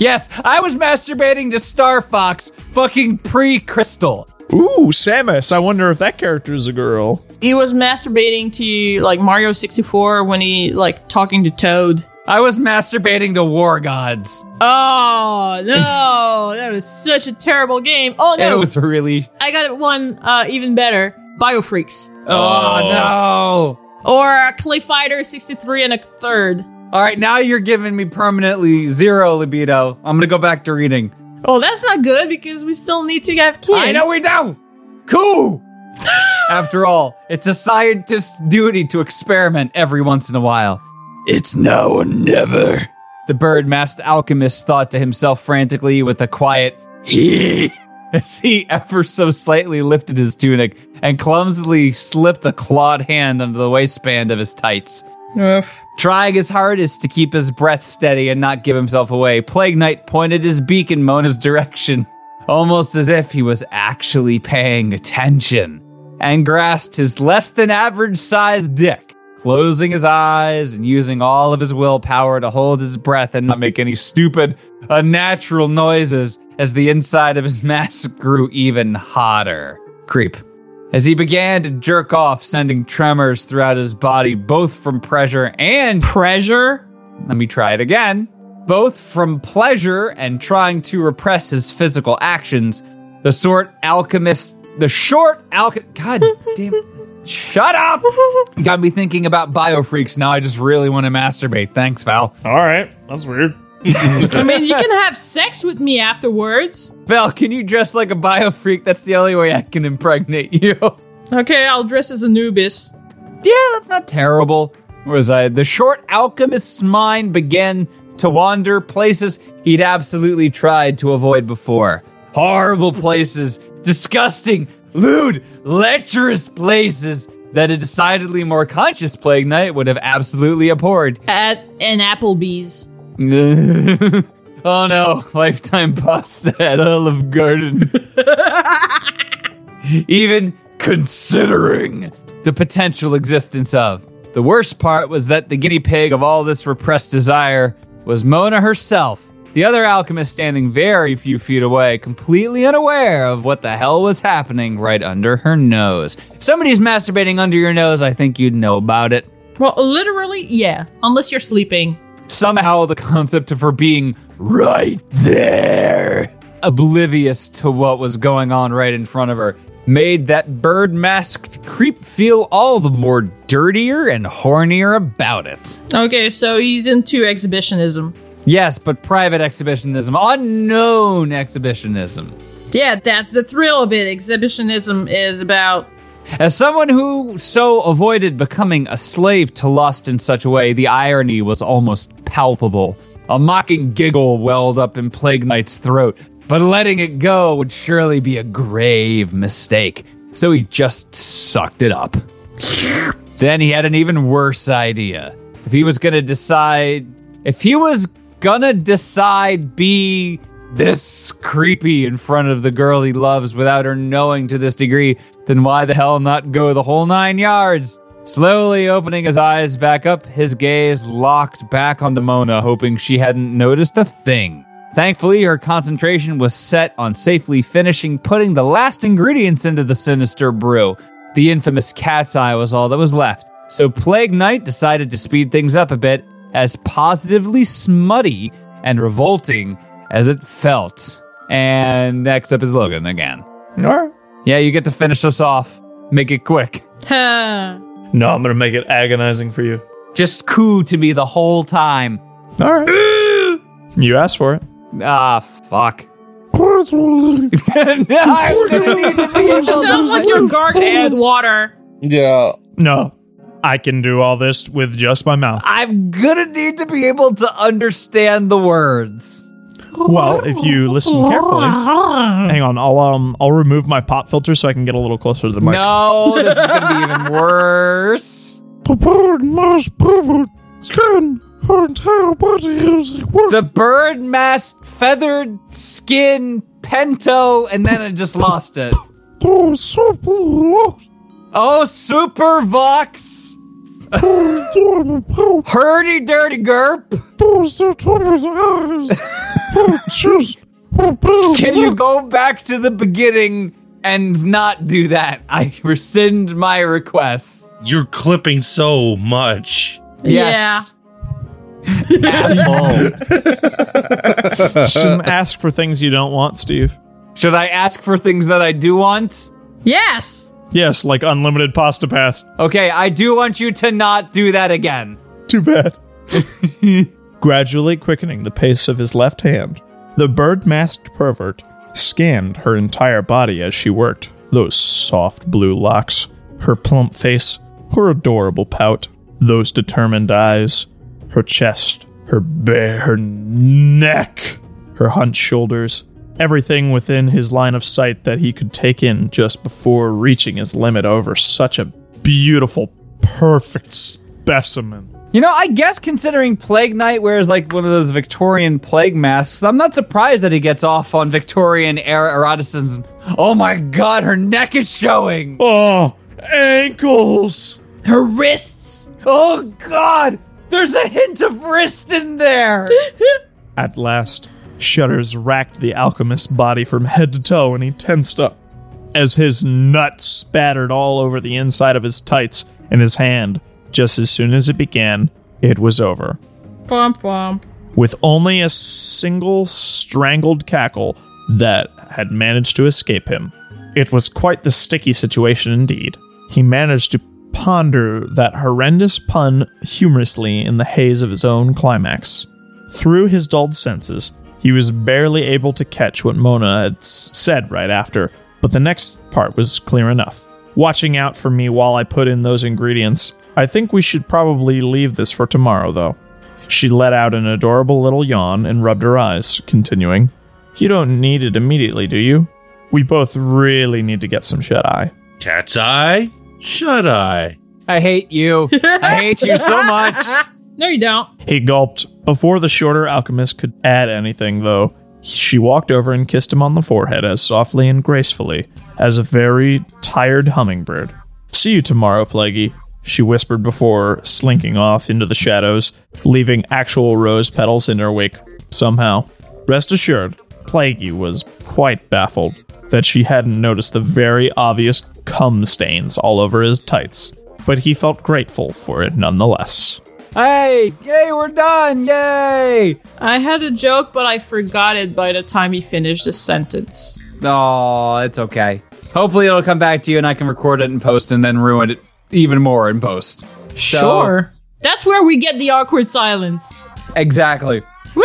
A: Yes, I was masturbating to Star Fox, fucking pre-Crystal.
B: Ooh, Samus. I wonder if that character's a girl.
C: He was masturbating to like Mario 64 when he like talking to Toad.
A: I was masturbating to War Gods.
C: Oh no, that was such a terrible game. Oh
A: It
C: no,
A: was really.
C: I got one uh, even better: Biofreaks
A: Oh, no!
C: or Clay Fighter 63 and a third.
A: All right, now you're giving me permanently zero libido. I'm gonna go back to reading.
C: Oh, that's not good because we still need to have kids.
A: I know we do. Cool. After all, it's a scientist's duty to experiment every once in a while. It's now or never. The bird masked alchemist thought to himself frantically with a quiet hee as he ever so slightly lifted his tunic and clumsily slipped a clawed hand under the waistband of his tights. Trying his hardest to keep his breath steady and not give himself away, Plague Knight pointed his beak in Mona's direction, almost as if he was actually paying attention, and grasped his less than average sized dick, closing his eyes and using all of his willpower to hold his breath and not make any stupid, unnatural noises as the inside of his mask grew even hotter. Creep as he began to jerk off, sending tremors throughout his body, both from pressure and
C: Pressure?
A: let me try it again. Both from pleasure and trying to repress his physical actions, the sort alchemist, the short alchemist. God damn. Shut up! Got me thinking about biofreaks. Now I just really want to masturbate. Thanks, Val.
B: All right, that's weird.
C: I mean, you can have sex with me afterwards.
A: Val, can you dress like a biofreak? That's the only way I can impregnate you.
C: Okay, I'll dress as Anubis.
A: Yeah, that's not terrible. Whereas I, the short alchemist's mind began to wander places he'd absolutely tried to avoid before. Horrible places, disgusting, lewd, lecherous places that a decidedly more conscious Plague Knight would have absolutely abhorred.
C: At an Applebee's.
A: oh no, lifetime pasta at Olive Garden. Even considering the potential existence of. The worst part was that the guinea pig of all this repressed desire was Mona herself, the other alchemist standing very few feet away, completely unaware of what the hell was happening right under her nose. If somebody's masturbating under your nose, I think you'd know about it.
C: Well, literally, yeah. Unless you're sleeping.
A: somehow the concept of her being right there, oblivious to what was going on right in front of her, made that bird masked creep feel all the more dirtier and hornier about it.
C: Okay, so he's into exhibitionism.
A: Yes, but private exhibitionism, unknown exhibitionism.
C: Yeah, that's the thrill of it. Exhibitionism is about.
A: As someone who so avoided becoming a slave to lust in such a way, the irony was almost palpable. A mocking giggle welled up in Plague Knight's throat, but letting it go would surely be a grave mistake, so he just sucked it up. Then he had an even worse idea. If he was gonna decide, if he was gonna decide be this creepy in front of the girl he loves without her knowing to this degree, then why the hell not go the whole nine yards? Slowly opening his eyes back up, his gaze locked back onto Mona, hoping she hadn't noticed a thing. Thankfully, her concentration was set on safely finishing putting the last ingredients into the sinister brew. The infamous cat's eye was all that was left. So Plague Knight decided to speed things up a bit, as positively smutty and revolting as it felt. And next up is Logan again. Yeah, you get to finish us off. Make it quick.
C: Huh.
B: No, I'm gonna make it agonizing for you.
A: Just coo to me the whole time.
B: All right. you asked for it.
A: Ah, fuck. No, I didn't mean to be able to
C: Sounds like
A: say-
C: you're gargling with water.
D: Yeah.
B: No, I can do all this with just my mouth.
A: I'm gonna need to be able to understand the words.
B: Well, if you listen carefully, hang on. I'll um I'll remove my pop filter so I can get a little closer to the mic.
A: No, this is gonna be even worse. The bird mask, feathered skin, pento, and then I just lost it. Oh, super vox. Hurdy dirty gerp. Can you go back to the beginning and not do that? I rescind my request.
D: You're clipping so much.
A: Yes. Yeah. Asshole.
B: Shouldn't ask for things you don't want, Steve.
A: Should I ask for things that I do want?
C: Yes.
B: Yes, like unlimited pasta pass.
A: Okay, I do want you to not do that again.
B: Too bad. Gradually quickening the pace of his left hand, the bird masked pervert scanned her entire body as she worked. Those soft blue locks, her plump face, her adorable pout, those determined eyes, her chest, her bare neck, her hunched shoulders, everything within his line of sight that he could take in just before reaching his limit over such a beautiful, perfect specimen.
A: You know, I guess considering Plague Knight wears like one of those Victorian plague masks, I'm not surprised that he gets off on Victorian era eroticism. Oh my god, her neck is showing!
B: Oh, ankles!
C: Her wrists.
A: Oh god! There's a hint of wrist in there!
B: At last, shudders racked the alchemist's body from head to toe, and he tensed up as his nut spattered all over the inside of his tights and his hand. Just as soon as it began, it was over.
C: Fomp fomp.
B: With only a single strangled cackle that had managed to escape him. It was quite the sticky situation indeed. He managed to ponder that horrendous pun humorously in the haze of his own climax. Through his dulled senses, he was barely able to catch what Mona had s- said right after, but the next part was clear enough. Watching out for me while I put in those ingredients. I think we should probably leave this for tomorrow, though. She let out an adorable little yawn and rubbed her eyes, continuing, You don't need it immediately, do you? We both really need to get some shut eye.
D: Cat's eye? Shut eye.
H: I hate you. I hate you so much.
C: No, you don't.
B: He gulped. Before the shorter alchemist could add anything, though, she walked over and kissed him on the forehead as softly and gracefully as a very tired hummingbird. See you tomorrow, Plaguey, she whispered before slinking off into the shadows, leaving actual rose petals in her wake somehow. Rest assured, Plaguey was quite baffled that she hadn't noticed the very obvious cum stains all over his tights, but he felt grateful for it nonetheless.
A: hey, yay, we're done! Yay!
C: I had a joke, but I forgot it by the time he finished the sentence.
A: Oh, it's okay. Hopefully, it'll come back to you and I can record it in post and then ruin it even more in post. So-
C: Sure. That's where we get the awkward silence.
A: Exactly.
C: Woo!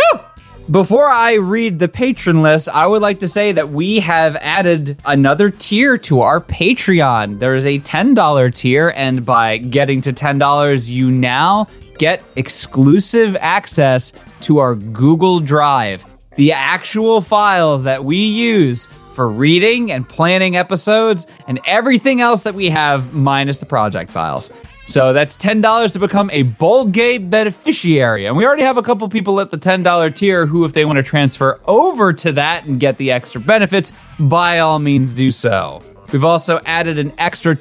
A: Before I read the patron list, I would like to say that we have added another tier to our Patreon. There is a $10 tier, and by getting to $10, you now get exclusive access to our Google Drive, the actual files that we use for reading and planning episodes and everything else that we have, minus the project files. So that's $10 to become a Bolgate beneficiary. And we already have a couple people at the $10 tier who, if they want to transfer over to that and get the extra benefits, by all means do so. We've also added an extra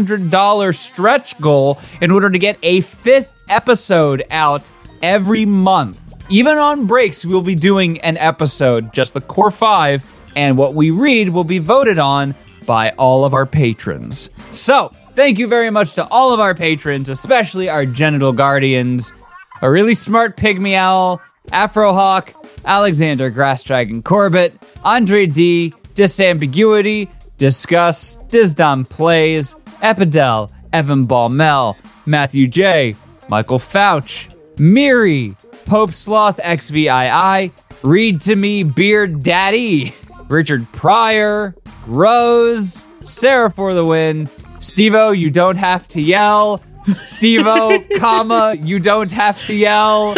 A: $200 stretch goal in order to get a fifth episode out every month. Even on breaks, we'll be doing an episode, just the core five, and what we read will be voted on by all of our patrons. So, thank you very much to all of our patrons, especially our genital guardians, a really smart pygmy owl, Afrohawk, Alexander Grass Dragon Corbett, Andre D, Disambiguity, Discuss, Disdom Plays, Epidel, Evan Balmel, Matthew J, Michael Fauch, Miri, Pope Sloth XVII, Read to Me Beard Daddy, Richard Pryor, Rose, Sarah for the win, Stevo, you don't have to yell, Stevo, comma, you don't have to yell,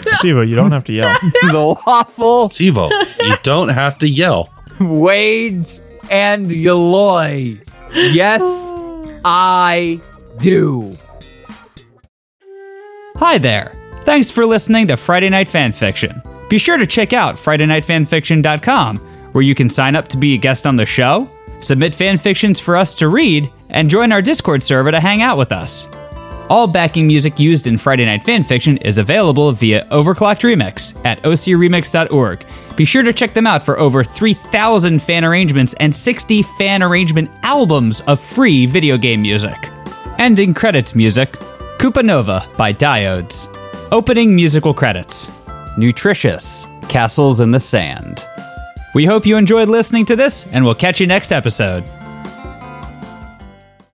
B: Siva, you don't have to yell.
A: the waffle,
D: Tivo, you don't have to yell.
A: Wade, and Yaloy. Yes, I do.
H: Hi there. Thanks for listening to Friday Night Fanfiction. Be sure to check out FridayNightFanfiction.com, where you can sign up to be a guest on the show, submit fanfictions for us to read, and join our Discord server to hang out with us. All backing music used in Friday Night Fanfiction is available via Overclocked Remix at ocremix.org. Be sure to check them out for over 3,000 fan arrangements and 60 fan arrangement albums of free video game music. Ending credits music Koopa Nova by Diodes. Opening musical credits Nutritious Castles in the Sand. We hope you enjoyed listening to this, and we'll catch you next episode.